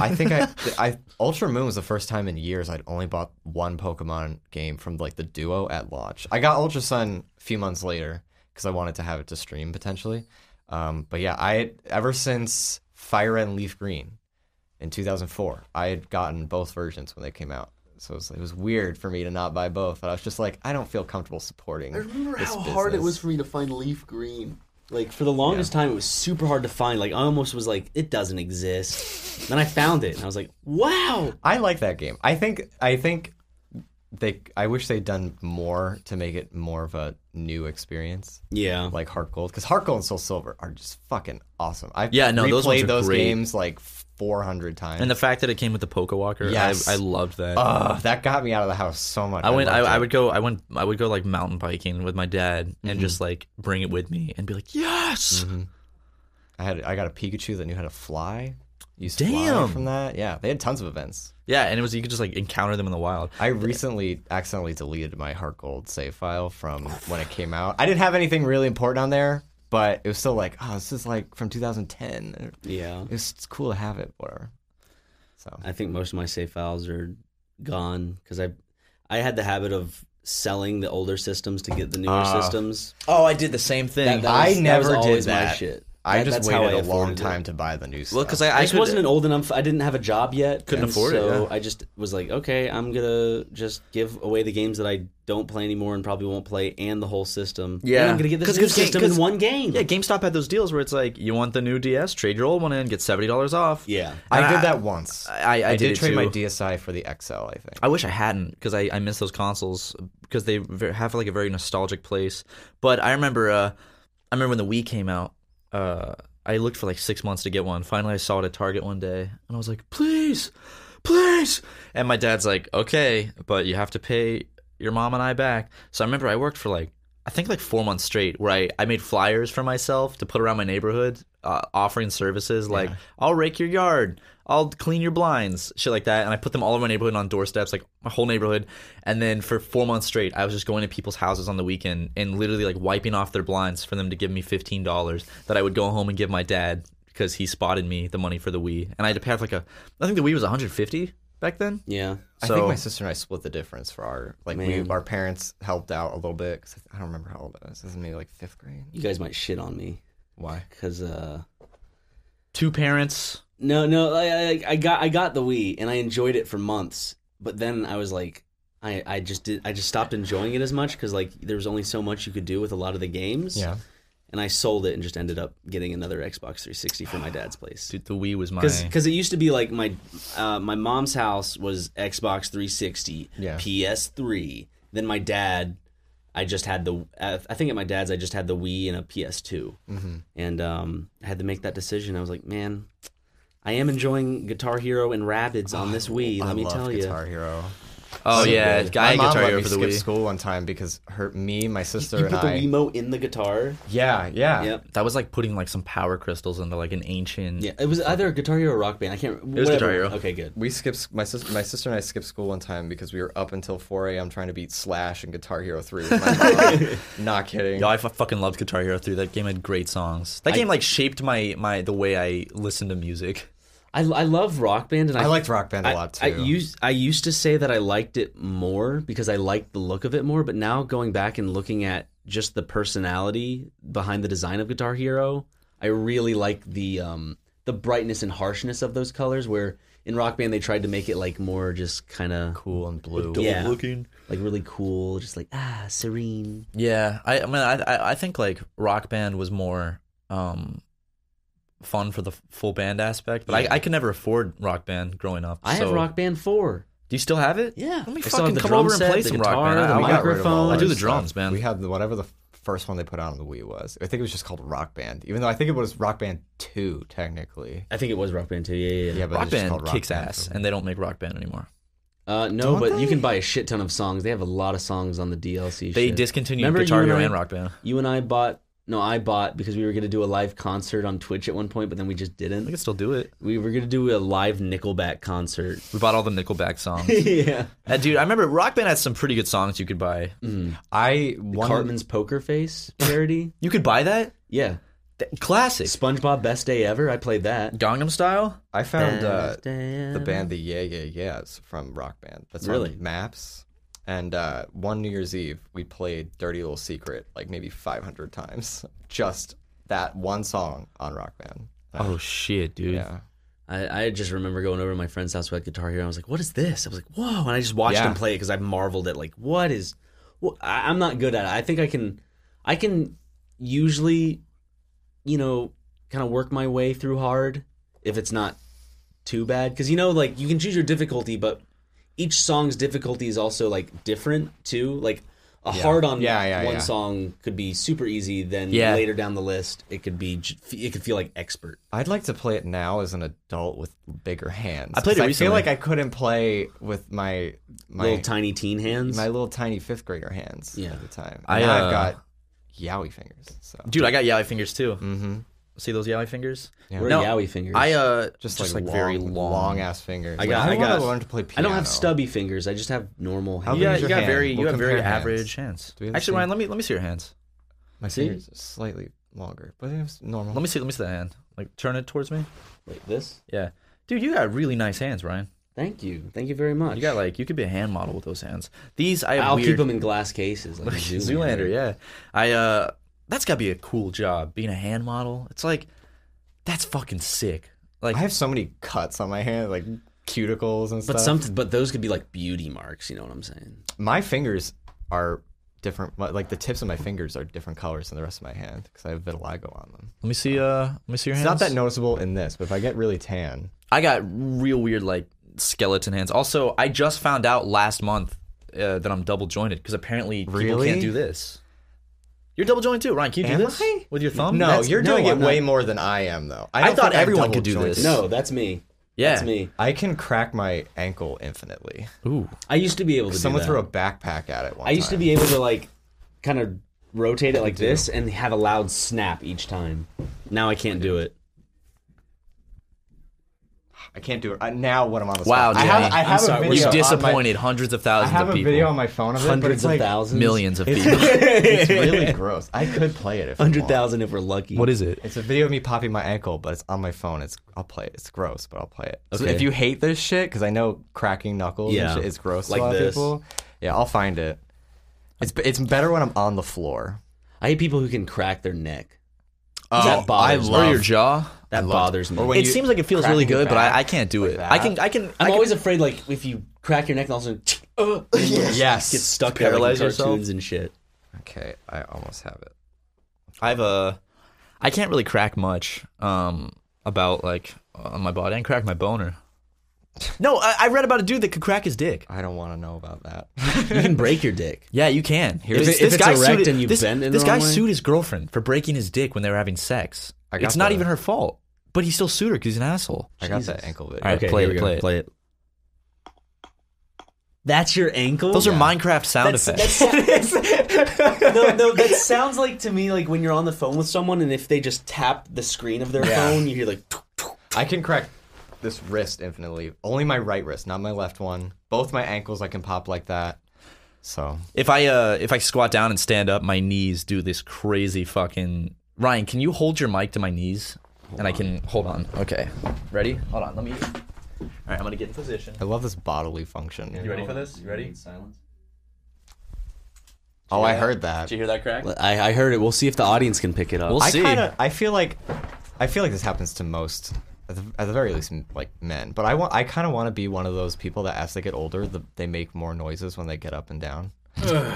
Speaker 3: I think I, I Ultra Moon was the first time in years I'd only bought one Pokemon game from like the duo at launch. I got Ultra Sun a few months later because I wanted to have it to stream potentially. Um, but yeah, I ever since Fire and Leaf Green in 2004, I had gotten both versions when they came out. So it was, it was weird for me to not buy both, but I was just like, I don't feel comfortable supporting.
Speaker 8: I remember
Speaker 3: this
Speaker 8: how hard it
Speaker 3: business.
Speaker 8: was for me to find leaf green.
Speaker 2: Like for the longest time, it was super hard to find. Like I almost was like, it doesn't exist. then I found it, and I was like, wow.
Speaker 3: I like that game. I think I think they I wish they'd done more to make it more of a new experience
Speaker 2: Yeah,
Speaker 3: like Heart Gold cuz Heart Gold and Soul Silver are just fucking awesome. I've
Speaker 7: Yeah, no,
Speaker 3: replayed
Speaker 7: those ones are
Speaker 3: those
Speaker 7: great.
Speaker 3: games like 400 times.
Speaker 7: And the fact that it came with the Poke Walker,
Speaker 3: Yes.
Speaker 7: I, I loved that.
Speaker 3: Ugh, that got me out of the house so much.
Speaker 7: Oh, I went. I,
Speaker 3: loved
Speaker 7: I
Speaker 3: it.
Speaker 7: would go. I went. I would go like mountain biking with my dad and just like bring it with me and be like, yes.
Speaker 3: I had I got a Pikachu that knew how to fly. Used fly
Speaker 7: Damn.
Speaker 3: from that. Yeah, they had tons of events.
Speaker 7: Yeah, and it was you could just like encounter them in the wild.
Speaker 3: I recently accidentally deleted my Heart Gold save file from when it came out. I didn't have anything really important on there, but it was still like, oh, this is like from 2010.
Speaker 2: yeah.
Speaker 3: It was, it's cool to have it, whatever. So
Speaker 2: I think most of my save files are gone because I, I had the habit of selling the older systems to get the newer
Speaker 3: Ah.
Speaker 2: systems.
Speaker 7: Oh, I did the same thing.
Speaker 2: That- that
Speaker 3: I
Speaker 2: was- that was
Speaker 3: never did
Speaker 2: always my
Speaker 3: that.
Speaker 2: shit.
Speaker 3: I
Speaker 2: That-
Speaker 3: just
Speaker 2: that's how
Speaker 3: waited a
Speaker 2: afforded
Speaker 3: long
Speaker 2: it.
Speaker 3: time to buy the new stuff.
Speaker 7: well, because I, I
Speaker 2: I just
Speaker 7: could-
Speaker 2: wasn't old enough. I didn't have a job yet.
Speaker 7: Couldn't
Speaker 2: and
Speaker 7: afford it,
Speaker 2: so
Speaker 7: yeah.
Speaker 2: I just was like, okay, I'm gonna just give away the games that I don't play anymore and probably won't play, and the whole system.
Speaker 7: Yeah.
Speaker 2: um, and I'm gonna get this
Speaker 7: 'Cause-
Speaker 2: new
Speaker 7: 'cause-
Speaker 2: system in
Speaker 7: 'cause-
Speaker 2: one game.
Speaker 7: Yeah, GameStop had those deals where it's like, you want the new DS, trade your old one in, get seventy dollars off.
Speaker 2: yeah.
Speaker 3: I
Speaker 7: I-
Speaker 3: did that once.
Speaker 7: I- I did
Speaker 3: did
Speaker 7: it
Speaker 3: trade my
Speaker 7: too.
Speaker 3: DSi for the XL. I think.
Speaker 7: I wish I hadn't because I, I miss those consoles because they ver- have like a very nostalgic place. But I remember uh, I remember when the Wii came out. Uh, I looked for like six months to get one. Finally, I saw it at Target one day, and I was like, "Please, please!" And my dad's like, "Okay, but you have to pay your mom and I back." So I remember I worked for like I think like four months straight where I, I made flyers for myself to put around my neighborhood, uh, offering services like I'll rake your yard, I'll clean your blinds, shit like that. And I put them all over my neighborhood on doorsteps, like my whole neighborhood. And then for four months straight, I was just going to people's houses on the weekend and literally like wiping off their blinds for them to give me fifteen dollars that I would go home and give my dad because he spotted me the money for the Wii, and I had to pay off like a I think the Wii was one hundred fifty back then.
Speaker 2: Yeah.
Speaker 3: I think my sister and I split the difference for our like
Speaker 2: Man.
Speaker 3: we our parents helped out a little bit because I don't remember how old I was. This is maybe like fifth grade.
Speaker 2: You guys might shit on me
Speaker 3: Why?
Speaker 2: because uh,
Speaker 7: Two parents.
Speaker 2: no, no, I, I, I got I got the Wii and I enjoyed it for months, but then I was like, I, I just did I just stopped enjoying it as much because like there was only so much you could do with a lot of the games.
Speaker 3: Yeah.
Speaker 2: And I sold it and just ended up getting another Xbox 360 for my dad's place.
Speaker 7: Dude, the Wii was my.
Speaker 2: Because it used to be like my uh, my mom's house was Xbox 360,
Speaker 3: Yeah.
Speaker 2: PS3. Then my dad, I just had the uh, I think at my dad's I just had the Wii and a PS2, and um, I had to make that decision. I was like, man, I am enjoying Guitar Hero and Rabbids on this Wii. Let
Speaker 3: I
Speaker 2: me
Speaker 3: love
Speaker 2: tell
Speaker 3: Guitar
Speaker 2: you.
Speaker 3: Hero.
Speaker 7: oh
Speaker 3: So
Speaker 7: yeah,
Speaker 3: good.
Speaker 7: guy
Speaker 3: my mom
Speaker 7: guitar
Speaker 3: let
Speaker 7: hero
Speaker 3: me
Speaker 7: for the
Speaker 3: skip
Speaker 7: Wii.
Speaker 3: school one time because her, me, my sister,
Speaker 2: You
Speaker 3: and
Speaker 2: put the
Speaker 3: I.
Speaker 2: Wiimote in the guitar.
Speaker 3: Yeah, yeah.
Speaker 2: Yep.
Speaker 7: That was like putting like some power crystals into like an ancient.
Speaker 2: Yeah, it was either Guitar Hero or Rock Band. I can't. remember.
Speaker 7: It was Guitar Hero.
Speaker 2: Okay, good.
Speaker 3: We skipped my sister. My sister and I skipped school one time because we were up until 4 a.m. trying to beat Slash and Guitar Hero 3. With my mom. Not kidding.
Speaker 7: Yo, I f- fucking loved Guitar Hero 3. That game had great songs. That game like shaped my my the way I listen to music.
Speaker 2: I, I love Rock Band, and I,
Speaker 3: I liked Rock Band a lot too.
Speaker 2: I, I used I used to say that I liked it more because I liked the look of it more, but now going back and looking at just the personality behind the design of Guitar Hero, I really like the um the brightness and harshness of those colors where in Rock Band they tried to make it like more just kind of
Speaker 7: Cool and blue.
Speaker 2: Yeah.
Speaker 7: looking.
Speaker 2: like really cool, just like ah serene.
Speaker 7: Yeah, I, I mean, I, I I think like Rock Band was more um fun for the f- full band aspect, but I, I could never afford Rock Band growing up.
Speaker 2: I have
Speaker 7: so-
Speaker 2: Rock Band 4.
Speaker 7: Do you still have it?
Speaker 2: Yeah.
Speaker 7: Let me
Speaker 2: I still have
Speaker 7: fucking
Speaker 2: the
Speaker 7: come
Speaker 2: drum
Speaker 7: over
Speaker 2: set,
Speaker 7: and play
Speaker 2: the
Speaker 7: some
Speaker 2: guitar,
Speaker 7: Rock Band.
Speaker 2: the
Speaker 7: I- I
Speaker 3: I
Speaker 7: got
Speaker 3: got
Speaker 7: rid
Speaker 3: rid
Speaker 7: of
Speaker 3: of all
Speaker 7: all
Speaker 3: our
Speaker 7: I do the
Speaker 3: stuff.
Speaker 7: drums, man.
Speaker 3: We had the, whatever the first one they put out on the Wii was. I think it was just called Rock Band, even though I think it was Rock Band 2 technically.
Speaker 2: I think it was Rock Band 2. Yeah, yeah, yeah.
Speaker 3: Yeah, but
Speaker 7: Rock
Speaker 3: it's just
Speaker 7: Band
Speaker 3: called Rock
Speaker 7: kicks
Speaker 3: Band.
Speaker 7: ass, and they don't make Rock Band anymore.
Speaker 2: Uh, no, but you can buy a shit ton of songs. They have a lot of songs on the DLC.
Speaker 7: They
Speaker 2: shit.
Speaker 7: discontinued
Speaker 2: Remember you
Speaker 7: Guitar
Speaker 2: and
Speaker 7: Hero
Speaker 2: I-
Speaker 7: and Rock Band. I
Speaker 2: You and I bought. No, I bought because we were gonna do a live concert on Twitch at one point, but then we just
Speaker 7: think
Speaker 2: didn't.
Speaker 7: I still do it.
Speaker 2: We were gonna do a live Nickelback concert.
Speaker 7: We bought all the Nickelback songs.
Speaker 2: yeah.
Speaker 7: Uh, dude, I remember Rock Band had some pretty good songs you could buy.
Speaker 3: I one
Speaker 2: Cartman's Poker Face parody.
Speaker 7: You could buy that?
Speaker 2: yeah.
Speaker 7: Th- Classic.
Speaker 2: SpongeBob Best Day Ever. I played that.
Speaker 7: Gangnam Style?
Speaker 3: I found uh,
Speaker 2: Best day
Speaker 3: the
Speaker 2: ever.
Speaker 3: band the Yeah Yeah Yeahs from Rock Band. That's
Speaker 2: Um, Really?
Speaker 3: on Maps. And uh, one New Year's Eve, we played "Dirty Little Secret" like maybe 500 times. Just that one song on Rock Band. Uh,
Speaker 7: Oh, shit, dude.
Speaker 3: Yeah,
Speaker 2: I, I just remember going over to my friend's house with Guitar Hero. And I was like, "What is this?" I was like, "Whoa!" And I just watched
Speaker 3: Yeah.
Speaker 2: him play it because I marveled at like, "What is?" Well, I, I'm not good at it. I think I can, I can usually, you know, kind of work my way through hard if it's not too bad. Because you know, like you can choose your difficulty, but each song's difficulty is also like different too. Like a hard on
Speaker 3: Yeah, yeah,
Speaker 2: one
Speaker 3: yeah.
Speaker 2: song could be super easy. Then
Speaker 7: Yeah.
Speaker 2: later down the list, it could be j- it could feel like expert.
Speaker 3: I'd like to play it now as an adult with bigger hands.
Speaker 7: I played it
Speaker 3: 'cause I
Speaker 7: recently.
Speaker 3: feel like I couldn't play with my my
Speaker 2: Little tiny teen hands.
Speaker 3: my little tiny fifth grader hands
Speaker 2: Yeah.
Speaker 3: at the time.
Speaker 7: I,
Speaker 3: I, now
Speaker 7: uh,
Speaker 3: I've got yowie fingers. So
Speaker 7: Dude, I got yaoi fingers too. Mm-hmm. See those yaoi fingers?
Speaker 3: Yeah.
Speaker 2: We're
Speaker 7: No,
Speaker 2: yaoi fingers.
Speaker 7: I uh
Speaker 3: just,
Speaker 7: just like,
Speaker 3: like,
Speaker 7: very
Speaker 3: long,
Speaker 7: long.
Speaker 3: ass fingers.
Speaker 2: I got- I
Speaker 3: Like, I, want
Speaker 2: got-
Speaker 3: to learn to play piano.
Speaker 2: I don't have stubby fingers. I just have normal
Speaker 3: How
Speaker 2: hands.
Speaker 3: big
Speaker 7: Yeah,
Speaker 3: is your
Speaker 7: you got
Speaker 3: hand?
Speaker 7: very you
Speaker 3: We'll
Speaker 7: got very
Speaker 3: compare hands.
Speaker 7: average hands.
Speaker 3: Do we have the
Speaker 7: Actually,
Speaker 3: same-
Speaker 7: Ryan, let me let me see your hands.
Speaker 3: My
Speaker 2: See?
Speaker 3: fingers are slightly longer, but it's normal.
Speaker 7: Let me see let me see that hand. Like turn it towards me.
Speaker 2: Like this.
Speaker 7: Yeah. Dude, you got really nice hands, Ryan.
Speaker 2: Thank you. Thank you very much.
Speaker 7: You got like you could be a hand model with those hands. These I have
Speaker 2: I'll
Speaker 7: weird...
Speaker 2: keep them in glass cases. Like a
Speaker 7: Zoolander. yeah. I uh that's got to be a cool job being a hand model. It's like that's fucking sick. Like
Speaker 3: I have so many cuts on my hand, like cuticles and stuff.
Speaker 2: But some, but those could be like beauty marks. You know what I'm saying?
Speaker 3: my fingers are different. Like the tips of my fingers are different colors than the rest of my hand because I have vitiligo on them.
Speaker 7: let me see uh let me see your
Speaker 3: It's
Speaker 7: hands.
Speaker 3: not that noticeable in this, but if I get really tan,
Speaker 7: I got real weird like skeleton hands. Also, I just found out last month uh, that I'm double jointed because apparently people
Speaker 3: Really?
Speaker 7: can't do this. You're double jointed too, Ryan. Can you
Speaker 3: Am
Speaker 7: do this
Speaker 3: I?
Speaker 7: with your thumb?
Speaker 3: no,
Speaker 7: That's-
Speaker 3: you're
Speaker 2: no,
Speaker 3: doing
Speaker 2: I'm
Speaker 3: it way
Speaker 2: not.
Speaker 3: more than I am, though.
Speaker 7: I
Speaker 3: don't
Speaker 7: thought
Speaker 3: think I'm
Speaker 7: everyone could do
Speaker 3: double-jointed.
Speaker 7: this.
Speaker 2: No, that's me.
Speaker 7: yeah.
Speaker 2: That's me.
Speaker 3: I can crack my ankle infinitely.
Speaker 7: Ooh,
Speaker 2: I used to be able to.
Speaker 3: Someone
Speaker 2: do that.
Speaker 3: threw a backpack at it. One
Speaker 2: I used to
Speaker 3: time.
Speaker 2: be able to like, kind of rotate it like this and have a loud snap each time. Now I can't do it.
Speaker 3: I can't do it I, now. What am on the
Speaker 7: Wow,
Speaker 3: spot. I have,
Speaker 7: Johnny.
Speaker 3: I
Speaker 7: I'm
Speaker 3: have
Speaker 2: sorry,
Speaker 3: a
Speaker 2: we're
Speaker 3: video.
Speaker 7: You've
Speaker 3: on my-
Speaker 7: disappointed hundreds of
Speaker 3: I
Speaker 7: thousands
Speaker 3: have
Speaker 7: of
Speaker 3: a
Speaker 7: people.
Speaker 3: video on my phone of it, but
Speaker 2: Hundreds
Speaker 3: it's
Speaker 2: of
Speaker 3: like
Speaker 2: thousands,
Speaker 7: Millions of people.
Speaker 3: it's really gross. I could play it if I want.
Speaker 2: hundred thousand if we're lucky.
Speaker 7: what is it?
Speaker 3: It's a video of me popping my ankle, but it's on my phone. It's I'll play it. It's gross, but I'll play it. So
Speaker 2: Okay.
Speaker 3: if you hate this shit, because I know cracking knuckles
Speaker 2: Yeah.
Speaker 3: and shit is gross
Speaker 2: Like
Speaker 3: to a lot
Speaker 2: this.
Speaker 3: of people. Yeah, I'll find it. It's it's better when I'm on the floor.
Speaker 2: I hate people who can crack their neck.
Speaker 3: Oh,
Speaker 2: That bothers me.
Speaker 7: Or your jaw?
Speaker 2: That bothers me.
Speaker 3: Or when you
Speaker 7: It seems like it feels
Speaker 3: crack
Speaker 7: really
Speaker 3: your
Speaker 7: good, but
Speaker 3: back
Speaker 7: I, I can't do
Speaker 3: like
Speaker 7: it.
Speaker 3: that.
Speaker 7: I can I can I
Speaker 2: I'm
Speaker 7: can-
Speaker 2: always afraid, like if you crack your neck and all of a sudden uh,
Speaker 3: Yes.
Speaker 2: get stuck there, like in
Speaker 7: Paralyze
Speaker 2: cartoons
Speaker 7: yourself.
Speaker 2: and shit.
Speaker 3: Okay, I almost have it.
Speaker 7: I've uh, I can't really crack much um about like on my body. I can crack my boner. No, I, I read about a dude that could crack his dick.
Speaker 3: I don't want to know about that.
Speaker 2: You can break your dick.
Speaker 7: Yeah, you can. Here's
Speaker 2: it- if it's erect and you
Speaker 7: this,
Speaker 2: bend it
Speaker 7: this
Speaker 2: the
Speaker 7: guy
Speaker 2: wrong way?
Speaker 7: sued his girlfriend for breaking his dick when they were having sex.
Speaker 3: I got
Speaker 7: It's not
Speaker 3: that.
Speaker 7: even her fault, but he still sued her because he's an asshole.
Speaker 3: I got that ankle video.
Speaker 7: All right, play
Speaker 2: here
Speaker 7: it,
Speaker 2: we go.
Speaker 7: play it.
Speaker 2: That's your ankle.
Speaker 7: Those are Minecraft sound
Speaker 2: That's-
Speaker 7: effects.
Speaker 2: that's- no, no, that sounds like to me like when you're on the phone with someone and if they just tap the screen of their phone, you hear like.
Speaker 3: I can crack this wrist infinitely. Only my right wrist, not my left one. Both my ankles I can pop like that. So
Speaker 7: if I uh if I squat down and stand up, my knees do this crazy fucking. Ryan, can you hold your mic to my knees? and I can hold on. Okay, ready? Hold on. Let me. All right, I'm gonna get in position.
Speaker 3: I love this bodily function.
Speaker 7: You ready for this? You ready?
Speaker 3: Oh, I heard that.
Speaker 7: Did you hear that crack?
Speaker 2: I, I heard it. We'll see if the audience can pick it up.
Speaker 7: We'll
Speaker 3: I
Speaker 7: see.
Speaker 3: kind of I feel like I feel like this happens to most at the, at the very least m- like men. But I want I kind of want to be one of those people that as they get older, the, they make more noises when they get up and down.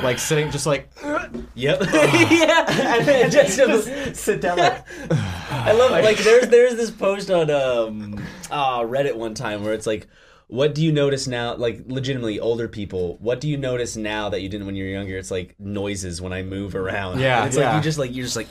Speaker 3: like sitting just like
Speaker 2: Yep. yeah. And then just, sit down. Like, I love it. Like there's there's this post on um ah Reddit one time where it's like, what do you notice now? Like legitimately older people, what do you notice now that you didn't when you were younger? It's like noises when I move around.
Speaker 3: Yeah,
Speaker 2: And it's like
Speaker 3: yeah.
Speaker 2: you just like you're just like.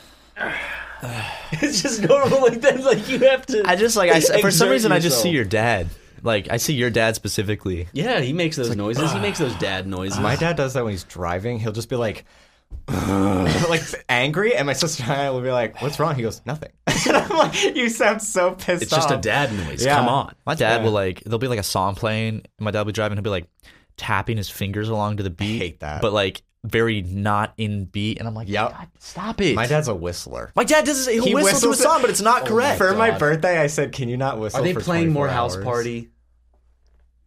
Speaker 2: it's just normal. Like then like you have to.
Speaker 7: I just like I, for some
Speaker 2: exert
Speaker 7: reason I just
Speaker 2: yourself.
Speaker 7: see your dad. Like I see your dad specifically.
Speaker 2: Yeah, he makes those noises. he makes those dad noises.
Speaker 3: My dad does that when he's driving. He'll just be like, like angry, and my sister and I will be like, "What's wrong?" He goes, "Nothing." and I'm like, "You sound so pissed
Speaker 2: it's just a
Speaker 3: off."
Speaker 2: dad noise.
Speaker 3: Yeah.
Speaker 2: Come on.
Speaker 7: My dad will like there'll be like a song playing, and my dad will be driving. He'll be like tapping his fingers along to the beat.
Speaker 3: hate that.
Speaker 7: But like very not in beat, and I'm like,
Speaker 3: Yep.
Speaker 7: God, stop it.
Speaker 3: My dad's a whistler.
Speaker 7: my dad does. He'll
Speaker 3: He
Speaker 7: whistle to a
Speaker 3: whistles it-
Speaker 7: song, but it's not correct.
Speaker 3: For my
Speaker 2: God.
Speaker 3: birthday, I said, "Can you not whistle?"
Speaker 2: Are they
Speaker 3: for
Speaker 2: playing more
Speaker 3: 24
Speaker 2: House
Speaker 3: hours?"
Speaker 2: Party?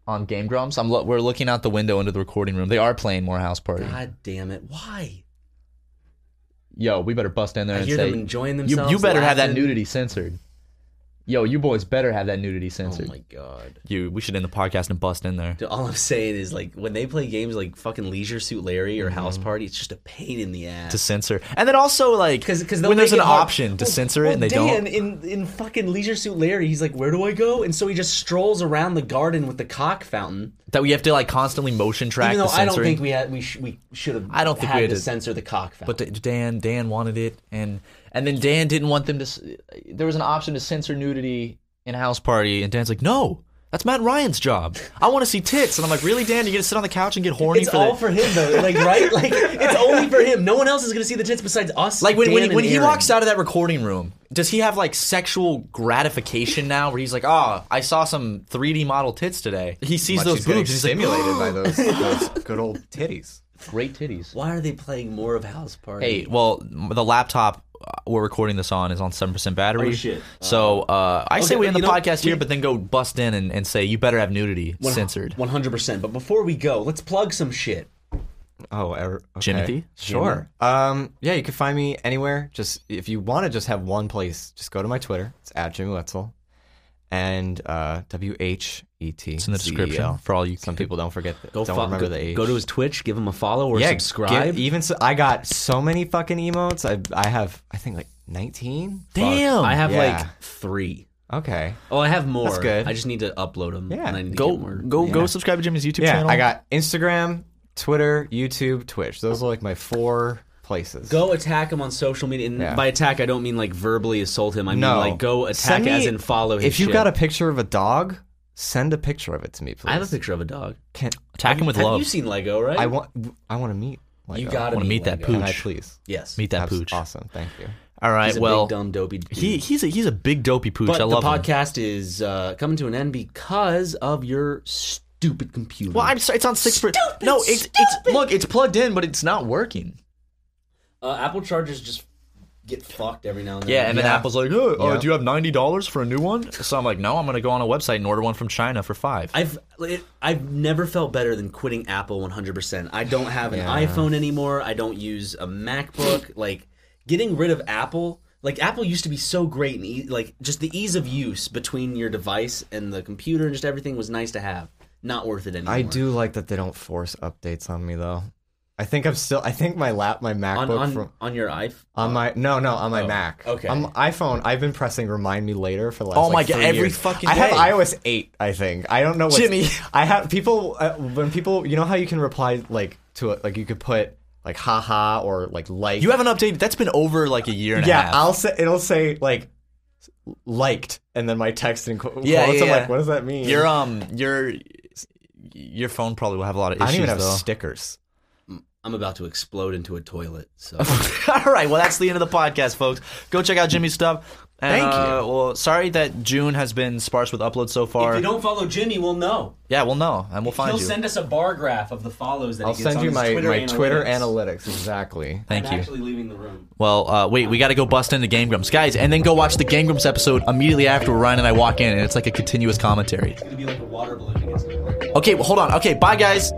Speaker 7: On Game Grumps, I'm lo- we're looking out the window into the recording room. They are playing more House Party.
Speaker 2: God damn it! Why?
Speaker 7: Yo, we better bust in there
Speaker 2: I
Speaker 7: and
Speaker 2: hear
Speaker 7: say
Speaker 2: them enjoying
Speaker 7: you,
Speaker 2: themselves.
Speaker 7: you better have that
Speaker 2: laughing.
Speaker 7: nudity censored. Yo, you boys better have that nudity censored.
Speaker 2: Oh my god!
Speaker 7: you, we should end the podcast and bust in there.
Speaker 2: Dude, all I'm saying is like when they play games like fucking Leisure Suit Larry or
Speaker 7: Mm-hmm.
Speaker 2: House Party, it's just a pain in the ass.
Speaker 7: to censor. And then also like
Speaker 2: 'Cause- 'cause they'll
Speaker 7: when there's
Speaker 2: make
Speaker 7: an
Speaker 2: it hard-
Speaker 7: option to
Speaker 2: Well-
Speaker 7: censor it
Speaker 2: well,
Speaker 7: and they
Speaker 2: Dan
Speaker 7: don't.
Speaker 2: in in fucking Leisure Suit Larry, he's like, "Where do I go?" And so he just strolls around the garden with the cock fountain.
Speaker 7: That we have to like constantly motion track
Speaker 2: even
Speaker 7: the
Speaker 2: though I
Speaker 7: censoring.
Speaker 2: don't think we had we sh- we should have.
Speaker 7: I don't think we
Speaker 2: had
Speaker 7: had
Speaker 2: to
Speaker 7: to-
Speaker 2: censor the cock fountain.
Speaker 7: but D- Dan Dan wanted it and and then Dan didn't want them to s- there was an option to censor nudity in house party and Dan's like, "No. That's Matt Ryan's job. I want to see tits." And I'm like, "Really, Dan? You're going to sit on the couch and get horny
Speaker 2: it's
Speaker 7: for
Speaker 2: all
Speaker 7: the
Speaker 2: for him though, like right? Like it's only for him. No one else is gonna see the tits besides us.
Speaker 7: Like when
Speaker 2: Dan
Speaker 7: when,
Speaker 2: and
Speaker 7: when he
Speaker 2: Aaron.
Speaker 7: walks out of that recording room, does he have like sexual gratification now? Where he's like, "Ah, I saw some 3D model tits today." He sees
Speaker 3: Much
Speaker 7: those
Speaker 3: he's
Speaker 7: boobs.
Speaker 3: getting
Speaker 7: and He's like,
Speaker 3: stimulated by those, those good old titties.
Speaker 7: "Great titties."
Speaker 2: Why are they playing more of House Party?
Speaker 7: Hey, well, m- the laptop uh, we're recording this on is on seven percent battery.
Speaker 2: Oh, shit.
Speaker 7: So uh, I
Speaker 2: Okay,
Speaker 7: say we end the
Speaker 2: you know,
Speaker 7: podcast here,
Speaker 2: we-
Speaker 7: but then go bust in and, and say you better have nudity censored.
Speaker 2: One hundred percent. But before we go, let's plug some shit.
Speaker 3: Oh, er, okay.
Speaker 7: Jimothy?
Speaker 3: Sure. Um, yeah, you can find me anywhere. Just if you want to just have one place, just go to my Twitter. It's at Jimmy Wetzel. And uh, W H E T.
Speaker 7: It's in the description for all you.
Speaker 3: Some people don't forget. The,
Speaker 2: Go
Speaker 3: don't
Speaker 2: fo-
Speaker 3: remember
Speaker 2: go,
Speaker 3: the H.
Speaker 2: Go to his Twitch, give him a follow or
Speaker 3: yeah,
Speaker 2: subscribe.
Speaker 3: get- even so, I got so many fucking emotes. I I have I think like nineteen.
Speaker 7: Damn.
Speaker 2: I have
Speaker 3: Yeah.
Speaker 2: like three.
Speaker 3: Okay.
Speaker 2: Oh, I have more.
Speaker 3: That's good.
Speaker 2: I just need to upload them.
Speaker 3: Yeah.
Speaker 2: and I need to
Speaker 7: go
Speaker 2: get more.
Speaker 7: go go subscribe to Jimmy's YouTube
Speaker 3: yeah,
Speaker 7: channel.
Speaker 3: I got Instagram, Twitter, YouTube, Twitch. Those are like my four places.
Speaker 2: Go attack him on social media. And
Speaker 3: Yeah.
Speaker 2: by attack, I don't mean like verbally assault him. I mean
Speaker 3: No.
Speaker 2: like go attack
Speaker 3: Send me-
Speaker 2: as in follow his
Speaker 3: If you
Speaker 2: shit.
Speaker 3: got a picture of a dog, send a picture of it to me, please.
Speaker 2: I have a picture of a dog.
Speaker 3: Can,
Speaker 7: Attack him with
Speaker 2: Have
Speaker 7: love.
Speaker 2: you seen Lego, right?
Speaker 3: I want I want to meet Like,
Speaker 2: You
Speaker 3: uh,
Speaker 2: gotta
Speaker 7: wanna meet that
Speaker 2: Lando.
Speaker 3: Can I
Speaker 7: pooch.
Speaker 3: please?
Speaker 2: Yes,
Speaker 7: Meet that
Speaker 3: Abs-
Speaker 7: pooch.
Speaker 3: Awesome. Thank you.
Speaker 7: All right.
Speaker 2: He's a
Speaker 7: well,
Speaker 2: big, dumb dopey. Dude.
Speaker 7: he he's a he's a big dopey pooch.
Speaker 2: But
Speaker 7: I love
Speaker 2: the
Speaker 7: him.
Speaker 2: podcast is uh, coming to an end because of your stupid computer.
Speaker 7: Well, I'm sorry, it's on six. percent. no, it's it's look, it's plugged in, but it's not working.
Speaker 2: uh, Apple chargers just get fucked every now and then.
Speaker 7: Yeah, and then
Speaker 3: Yeah.
Speaker 7: Apple's like, oh, uh,
Speaker 3: Yeah.
Speaker 7: do you have ninety dollars for a new one? So I'm like, no, I'm gonna go on a website and order one from China for five.
Speaker 2: I've it, I've never felt better than quitting Apple 100%. I don't have an
Speaker 3: Yeah.
Speaker 2: iPhone anymore. I don't use a MacBook. like getting rid of Apple, like Apple used to be so great and e- like just the ease of use between your device and the computer and just everything was nice to have. Not worth it anymore.
Speaker 3: I do like that they don't force updates on me though. I think I'm still. I think my lap, my
Speaker 2: on
Speaker 3: MacBook
Speaker 2: on,
Speaker 3: from
Speaker 2: on your iPhone.
Speaker 7: Oh.
Speaker 3: on my no no on my Mac.
Speaker 2: okay.
Speaker 3: On my iPhone, I've been pressing remind me later for the last.
Speaker 7: Oh my
Speaker 3: like,
Speaker 7: God,
Speaker 3: three
Speaker 7: every
Speaker 3: years.
Speaker 7: fucking
Speaker 3: I have
Speaker 7: day.
Speaker 3: iOS eight. I think I don't know what
Speaker 7: Jimmy.
Speaker 3: I have people uh, when people you know how you can reply like to it like you could put like haha or like like
Speaker 7: you haven't updated. That's been over like a year and a
Speaker 3: yeah
Speaker 7: half.
Speaker 3: I'll say it'll say like liked and then my text and quotes
Speaker 7: Yeah, yeah,
Speaker 3: I'm
Speaker 7: yeah.
Speaker 3: like what does that mean?
Speaker 7: your um your your phone probably will have a lot of
Speaker 3: I
Speaker 7: issues
Speaker 3: don't even have
Speaker 7: though.
Speaker 3: stickers.
Speaker 2: I'm about to explode into a toilet. So
Speaker 7: All right, well that's the end of the podcast, folks. Go check out Jimmy's stuff. And,
Speaker 3: Thank you.
Speaker 7: uh, well, sorry that June has been sparse with uploads so far.
Speaker 2: if you don't follow Jimmy, we'll know.
Speaker 7: yeah, we'll know and we'll find
Speaker 2: He'll
Speaker 7: you.
Speaker 2: send us a bar graph of the follows that
Speaker 3: I'll
Speaker 2: he gets
Speaker 3: send
Speaker 2: on
Speaker 3: you
Speaker 2: his
Speaker 3: my
Speaker 2: Twitter
Speaker 3: my Twitter
Speaker 2: analytics.
Speaker 3: analytics exactly.
Speaker 7: Thank
Speaker 2: I'm
Speaker 7: you.
Speaker 2: actually leaving the room.
Speaker 7: Well, uh, wait, we got to go bust into Game Grumps, guys, and then go watch the Game Grumps episode immediately after where Ryan and I walk in, and it's like a continuous commentary.
Speaker 2: It's gonna be like a water balloon against the wall.
Speaker 7: Okay, well, hold on. Okay, bye, guys.